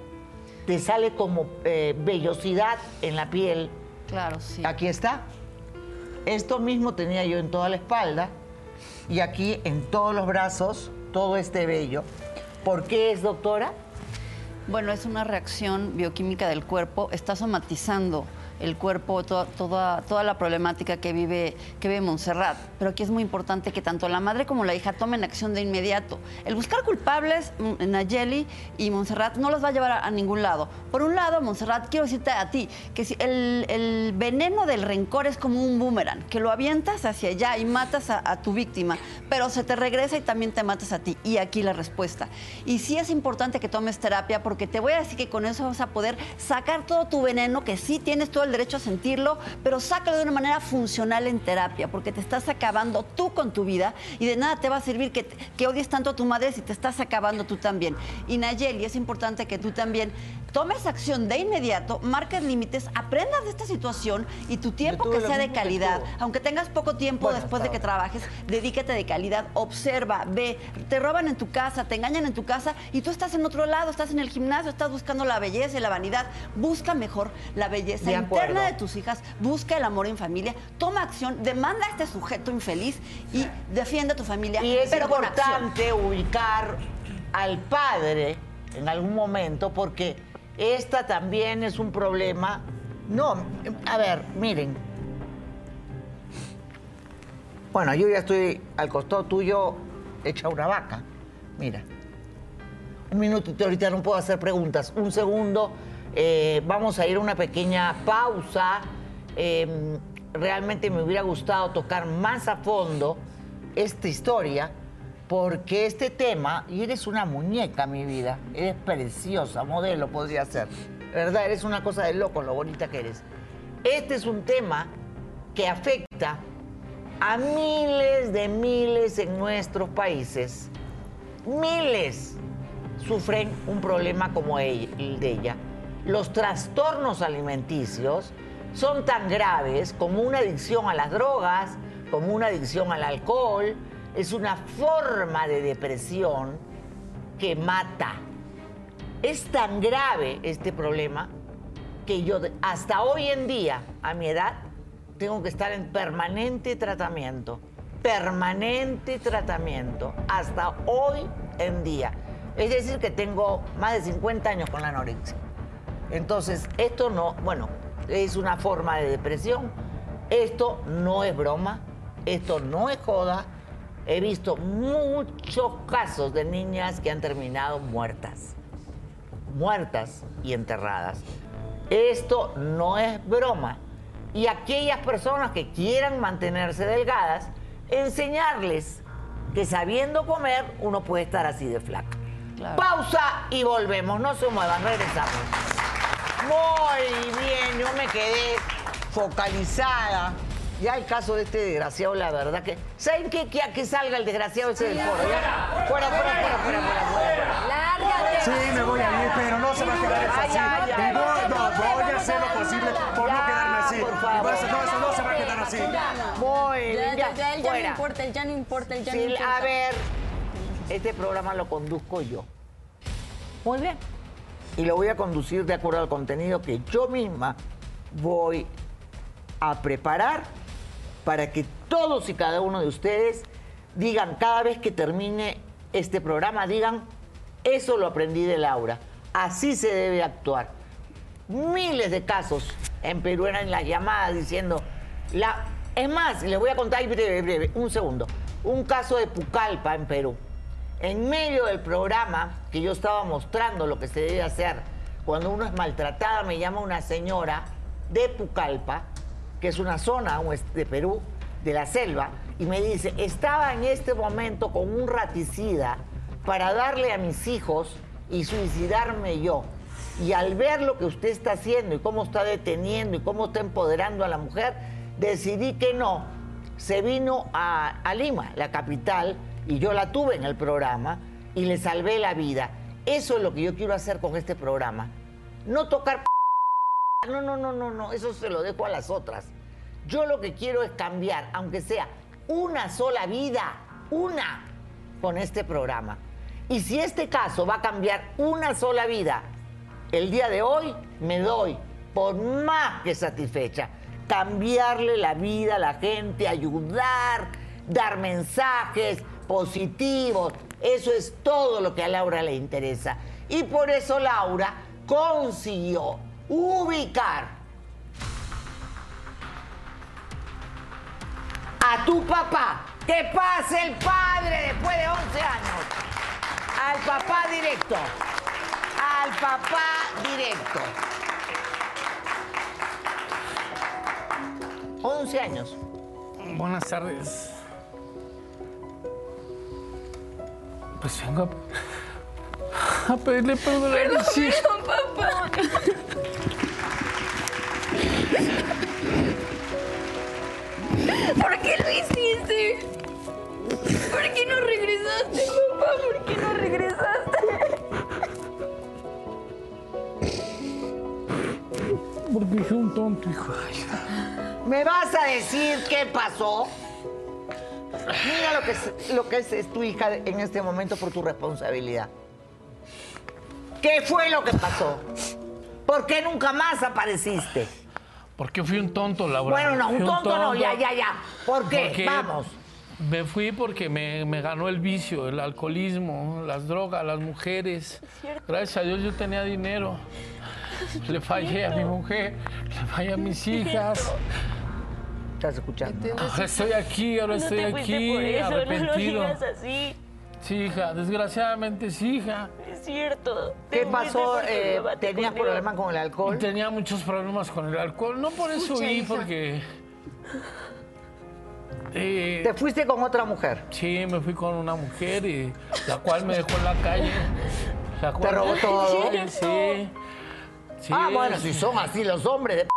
S1: Te sale como eh, vellosidad en la piel.
S11: Claro, sí.
S1: Aquí está. Esto mismo tenía yo en toda la espalda y aquí en todos los brazos, todo este vello. ¿Por qué es, doctora?
S11: Bueno, es una reacción bioquímica del cuerpo, está somatizando el cuerpo, to- toda, toda la problemática que vive, que vive Montserrat. Pero aquí es muy importante que tanto la madre como la hija tomen acción de inmediato. El buscar culpables, mm, Nayeli y Montserrat, no los va a llevar a, a ningún lado. Por un lado, Montserrat, quiero decirte a ti que si el, el veneno del rencor es como un boomerang, que lo avientas hacia allá y matas a, a tu víctima, pero se te regresa y también te matas a ti. Y aquí la respuesta. Y sí es importante que tomes terapia porque te voy a decir que con eso vas a poder sacar todo tu veneno, que sí tienes todo el derecho a sentirlo, pero sácalo de una manera funcional en terapia, porque te estás acabando tú con tu vida y de nada te va a servir que, que odies tanto a tu madre si te estás acabando tú también. Y Nayeli, es importante que tú también tomes acción de inmediato, marques límites, aprendas de esta situación y tu tiempo
S1: tuve
S11: que
S1: lo
S11: sea de
S1: mismo que
S11: calidad,
S1: tú.
S11: aunque tengas poco tiempo
S1: Bueno,
S11: después de que
S1: estaba.
S11: trabajes, dedícate de calidad, observa, ve, te roban en tu casa, te engañan en tu casa y tú estás en otro lado, estás en el gimnasio, estás buscando la belleza y la vanidad, busca mejor la belleza
S1: De acuerdo.
S11: interna de tus hijas, busca el amor en familia, toma acción, demanda a este sujeto infeliz y defiende a tu familia.
S1: Y es
S11: pero con acción.
S1: importante ubicar al padre en algún momento porque esta también es un problema. No, a ver, miren. Bueno, yo ya estoy al costado tuyo hecha una vaca. Mira. Un minutito, ahorita no puedo hacer preguntas. Un segundo, eh, vamos a ir a una pequeña pausa. Eh, realmente me hubiera gustado tocar más a fondo esta historia, porque este tema, y eres una muñeca, mi vida, eres preciosa, modelo podría ser, ¿verdad? Eres una cosa de loco, lo bonita que eres. Este es un tema que afecta a miles de miles en nuestros países. Miles sufren un problema como el el de ella. Los trastornos alimenticios son tan graves como una adicción a las drogas, como una adicción al alcohol. Es una forma de depresión que mata. Es tan grave este problema que yo de- hasta hoy en día, a mi edad, tengo que estar en permanente tratamiento. Permanente tratamiento. Hasta hoy en día. Es decir, que tengo más de 50 años con la anorexia. Entonces, esto no, bueno, es una forma de depresión. Esto no es broma, esto no es joda. He visto muchos casos de niñas que han terminado muertas muertas y enterradas. Esto no es broma. Y aquellas personas que quieran mantenerse delgadas, enseñarles que sabiendo comer uno puede estar así de flaco. Pausa y volvemos, no se muevan, regresamos. Muy bien, yo me quedé focalizada. Ya el caso de este desgraciado, la verdad que... ¿Saben qué? Que, que salga el desgraciado ese del foro. ya. Fuera, fuera, fuera, fuera, fuera, fuera.
S19: Lárgate. Sí, me voy a ir, pero no se va a quedar
S1: Ay,
S19: así.
S1: ay, ay.
S19: No, no, voy a hacer lo posible por no quedarme así.
S1: por
S19: Y por eso,
S1: favor.
S19: no, eso no se va a quedar así.
S1: Muy
S12: Ya,
S1: bien,
S12: ya, ya, él ya no
S1: fuera.
S12: importa, él ya no importa, él ya
S1: Sí,
S12: no importa.
S1: a ver, este programa lo conduzco yo. Muy bien. Y lo voy a conducir de acuerdo al contenido que yo misma voy a preparar para que todos y cada uno de ustedes digan cada vez que termine este programa, digan, eso lo aprendí de Laura, así se debe actuar. Miles de casos en Perú eran las llamadas diciendo, la... es más, les voy a contar y breve, breve, un segundo, un caso de Pucallpa en Perú. En medio del programa que yo estaba mostrando lo que se debe hacer cuando uno es maltratada, me llama una señora de Pucallpa que es una zona un est- de Perú, de la selva, y me dice, estaba en este momento con un raticida para darle a mis hijos y suicidarme yo. Y al ver lo que usted está haciendo y cómo está deteniendo y cómo está empoderando a la mujer, decidí que no. Se vino a, a Lima, la capital, y yo la tuve en el programa y le salvé la vida. Eso es lo que yo quiero hacer con este programa. No tocar no, no, no, no, no, eso se lo dejo a las otras. Yo lo que quiero es cambiar, aunque sea una sola vida, una, con este programa. Y si este caso va a cambiar una sola vida, el día de hoy me doy por más que satisfecha. Cambiarle la vida a la gente, ayudar, dar mensajes positivos. Eso es todo lo que a Laura le interesa. Y por eso Laura consiguió ubicar a tu papá. Que pase el padre después de 11 años. Al papá directo. Al papá directo. 11 años.
S21: Buenas tardes. Pues vengo a, a pedirle perdón a
S20: Perdón,
S21: mis hijos.
S20: perdón, papá. ¿Por qué lo hiciste? ¿Por qué no regresaste, papá? ¿Por qué no regresaste?
S21: Porque fui un tonto, hijo. Ay,
S1: ¿Me vas a decir qué pasó? Mira lo que es, lo que es, es tu hija en este momento por tu responsabilidad. ¿Qué fue lo que pasó? ¿Por qué nunca más apareciste?
S21: ¿Por qué fui un tonto, Laura?
S1: Bueno, no,
S21: Fui
S1: un tonto no, ya, ya, ya. ¿Por qué?
S21: Porque
S1: Vamos.
S21: Me fui porque me, me ganó el vicio, el alcoholismo, las drogas, las mujeres. Gracias a Dios yo tenía dinero. Le fallé a mi mujer, le fallé a mis hijas.
S1: ¿Estás escuchando?
S21: Ahora estoy aquí, ahora
S20: No
S21: estoy
S20: te fuiste
S21: aquí,
S20: por eso, no lo
S21: arrepentido.
S20: digas así.
S21: sí, hija, desgraciadamente sí, hija.
S20: Es cierto. Te
S1: ¿Qué
S20: fuiste
S1: pasó?
S20: porque
S1: Eh,
S20: mi mamá te
S1: ¿Tenías
S20: corrió.
S1: problemas con el alcohol?
S21: Tenía muchos problemas con el alcohol. No por eso
S1: Escucha,
S21: huí,
S1: hija.
S21: porque... eh,
S1: ¿Te fuiste con otra mujer?
S21: Sí, me fui con una mujer y la cual me dejó en la calle. La cual-
S1: robó todo?
S21: Sí, sí. Sí,
S1: ah, bueno,
S21: sí.
S1: si son así los hombres de p-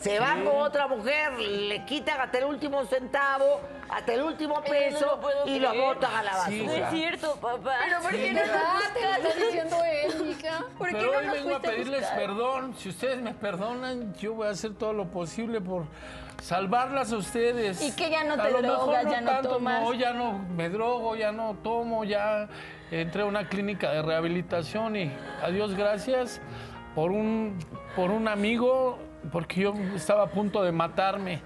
S1: se van con otra mujer, le quitan hasta el último centavo, hasta el último peso y los botan a la
S20: No es
S1: basura.
S20: cierto, papá.
S12: Pero ¿por qué no nos buscas?
S20: él, hija. ¿Por qué
S21: Pero
S20: no
S21: hoy
S20: nos
S21: vengo a
S20: fuiste
S21: pedirles
S20: buscar?
S21: perdón. Si ustedes me perdonan, yo voy a hacer todo lo posible por salvarlas a ustedes.
S12: Y que ya no
S21: A
S12: te
S21: lo mejor
S12: drogas, ya no
S21: tanto,
S12: tomas.
S21: No, ya no me drogo, ya no tomo, ya entré a una clínica de rehabilitación y a Dios gracias por un, por un amigo, porque yo estaba a punto de matarme.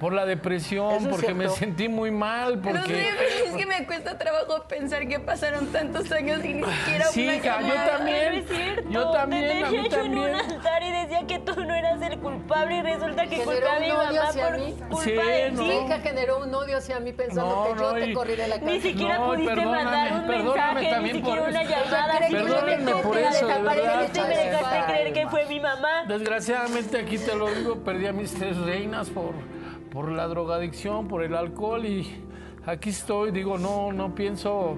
S21: Por la depresión,
S20: Eso es
S21: porque me
S20: cierto.
S21: sentí muy mal, porque...
S20: No sé, pero es que me cuesta trabajo pensar que pasaron tantos años y ni siquiera
S21: Sí,
S20: una
S21: hija, yo
S20: llamada.
S21: también,
S20: No es cierto.
S21: yo también,
S20: Te
S21: a
S20: tenía
S21: mí
S20: yo en un
S21: también.
S20: altar y decía que tú no eras el culpable y resulta que
S8: Generó
S20: culpaba a mi
S8: un odio
S20: mamá
S8: hacia
S20: por
S8: mí.
S20: culpa
S21: Sí,
S20: de
S21: no.
S8: Mi
S20: ti.
S8: hija generó un odio hacia mí pensando
S21: No,
S8: que yo
S21: no,
S8: te
S21: y-
S8: corrí de la casa.
S20: Ni siquiera pudiste mandar un mensaje, ni siquiera una llamada.
S21: Ella cree que yo Perdónenme te- por te la eso, de
S20: desapareciste y me
S21: verdad.
S20: dejaste creer que fue mi mamá.
S21: Desgraciadamente aquí te lo digo, perdí a mis tres reinas por, por la drogadicción, por el alcohol y aquí estoy, digo, no, no pienso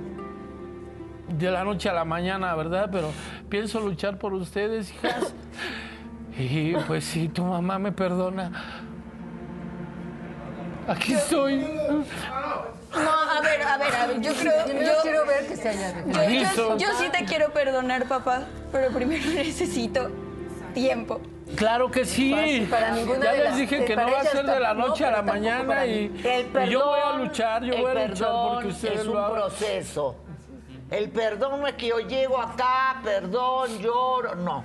S21: de la noche a la mañana, ¿verdad? Pero pienso luchar por ustedes, hijas. Y pues si tu mamá me perdona, aquí estoy.
S12: No, a ver, a ver, a ver. Yo creo.
S8: Yo
S12: yo-
S8: quiero ver que se añade.
S12: Yo, yo- yo sí te quiero perdonar, papá, pero primero necesito tiempo.
S21: Claro que sí.
S12: Para- para ninguna
S21: ya
S12: de
S21: les
S12: las-
S21: dije que
S12: para
S21: no va a
S12: ellas
S21: ser de la
S12: tampoco,
S21: noche a la
S12: pero tampoco
S21: mañana
S12: para
S21: y,
S12: mí.
S1: El
S21: y yo voy a
S1: perdón,
S21: luchar, yo
S1: el
S21: voy a luchar
S1: perdón
S21: porque ustedes
S1: es un
S21: lo hagan.
S1: proceso. El perdón no es que yo llego acá, perdón, lloro, no.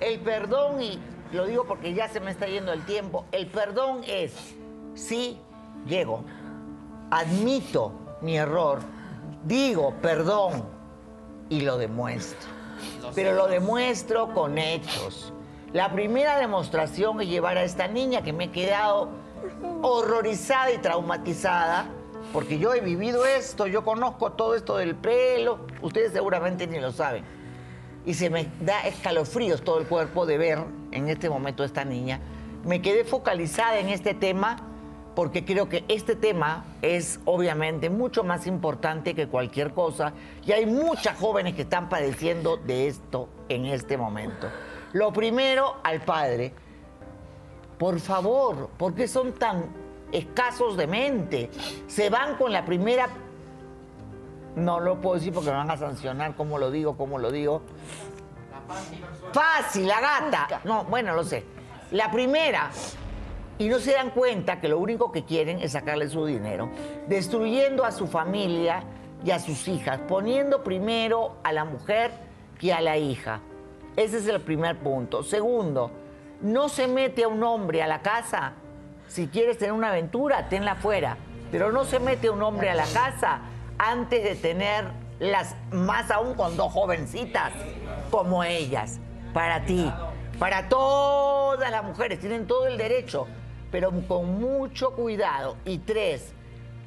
S1: El perdón, y lo digo porque ya se me está yendo el tiempo, el perdón es, sí, llego, admito mi error, digo perdón y lo demuestro. Pero lo demuestro con hechos. La primera demostración es llevar a esta niña que me he quedado horrorizada y traumatizada, porque yo he vivido esto, yo conozco todo esto del pelo, ustedes seguramente ni lo saben. Y se me da escalofríos todo el cuerpo de ver en este momento a esta niña. Me quedé focalizada en este tema porque creo que este tema es obviamente mucho más importante que cualquier cosa y hay muchas jóvenes que están padeciendo de esto en este momento. Lo primero al padre, por favor, ¿por qué son tan escasos de mente? Se van con la primera... No lo puedo decir porque me van a sancionar, ¿cómo lo digo? ¿Cómo lo digo? Fácil, la gata. No, bueno, lo sé. La primera. Y no se dan cuenta que lo único que quieren es sacarle su dinero, destruyendo a su familia y a sus hijas, poniendo primero a la mujer que a la hija. Ese es el primer punto. Segundo, no se mete a un hombre a la casa. Si quieres tener una aventura, tenla afuera. Pero no se mete un hombre a la casa antes de tener las, más aún con dos jovencitas como ellas. Para ti, para todas las mujeres, tienen todo el derecho, pero con mucho cuidado. Y tres,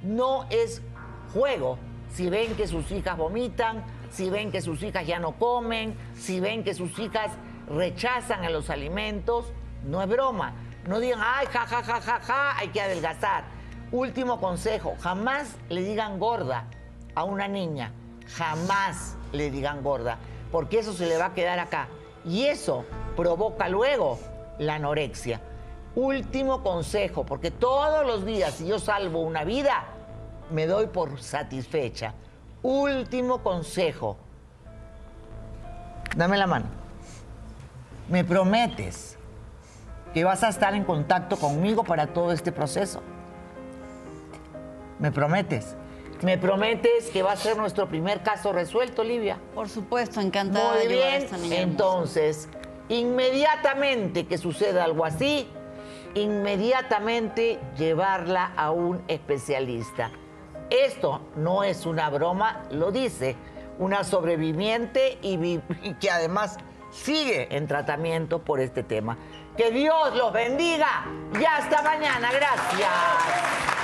S1: no es juego. Si ven que sus hijas vomitan, si ven que sus hijas ya no comen, si ven que sus hijas rechazan a los alimentos, no es broma. No digan, ay, ja, ja, ja, ja, ja, hay que adelgazar. Último consejo, jamás le digan gorda a una niña. Jamás le digan gorda, porque eso se le va a quedar acá. Y eso provoca luego la anorexia. Último consejo, porque todos los días, si yo salvo una vida, me doy por satisfecha. Último consejo. Dame la mano. Me prometes que vas a estar en contacto conmigo para todo este proceso. ¿Me prometes? ¿Me prometes que va a ser nuestro primer caso resuelto, Livia?
S11: Por supuesto, encantada
S1: Muy
S11: de ayudar a
S1: bien.
S11: esta niña hermosa.
S1: Entonces, inmediatamente que suceda algo así, inmediatamente llevarla a un especialista. Esto no es una broma, lo dice una sobreviviente y, vi- y que además sigue en tratamiento por este tema. Que Dios los bendiga y hasta mañana. Gracias.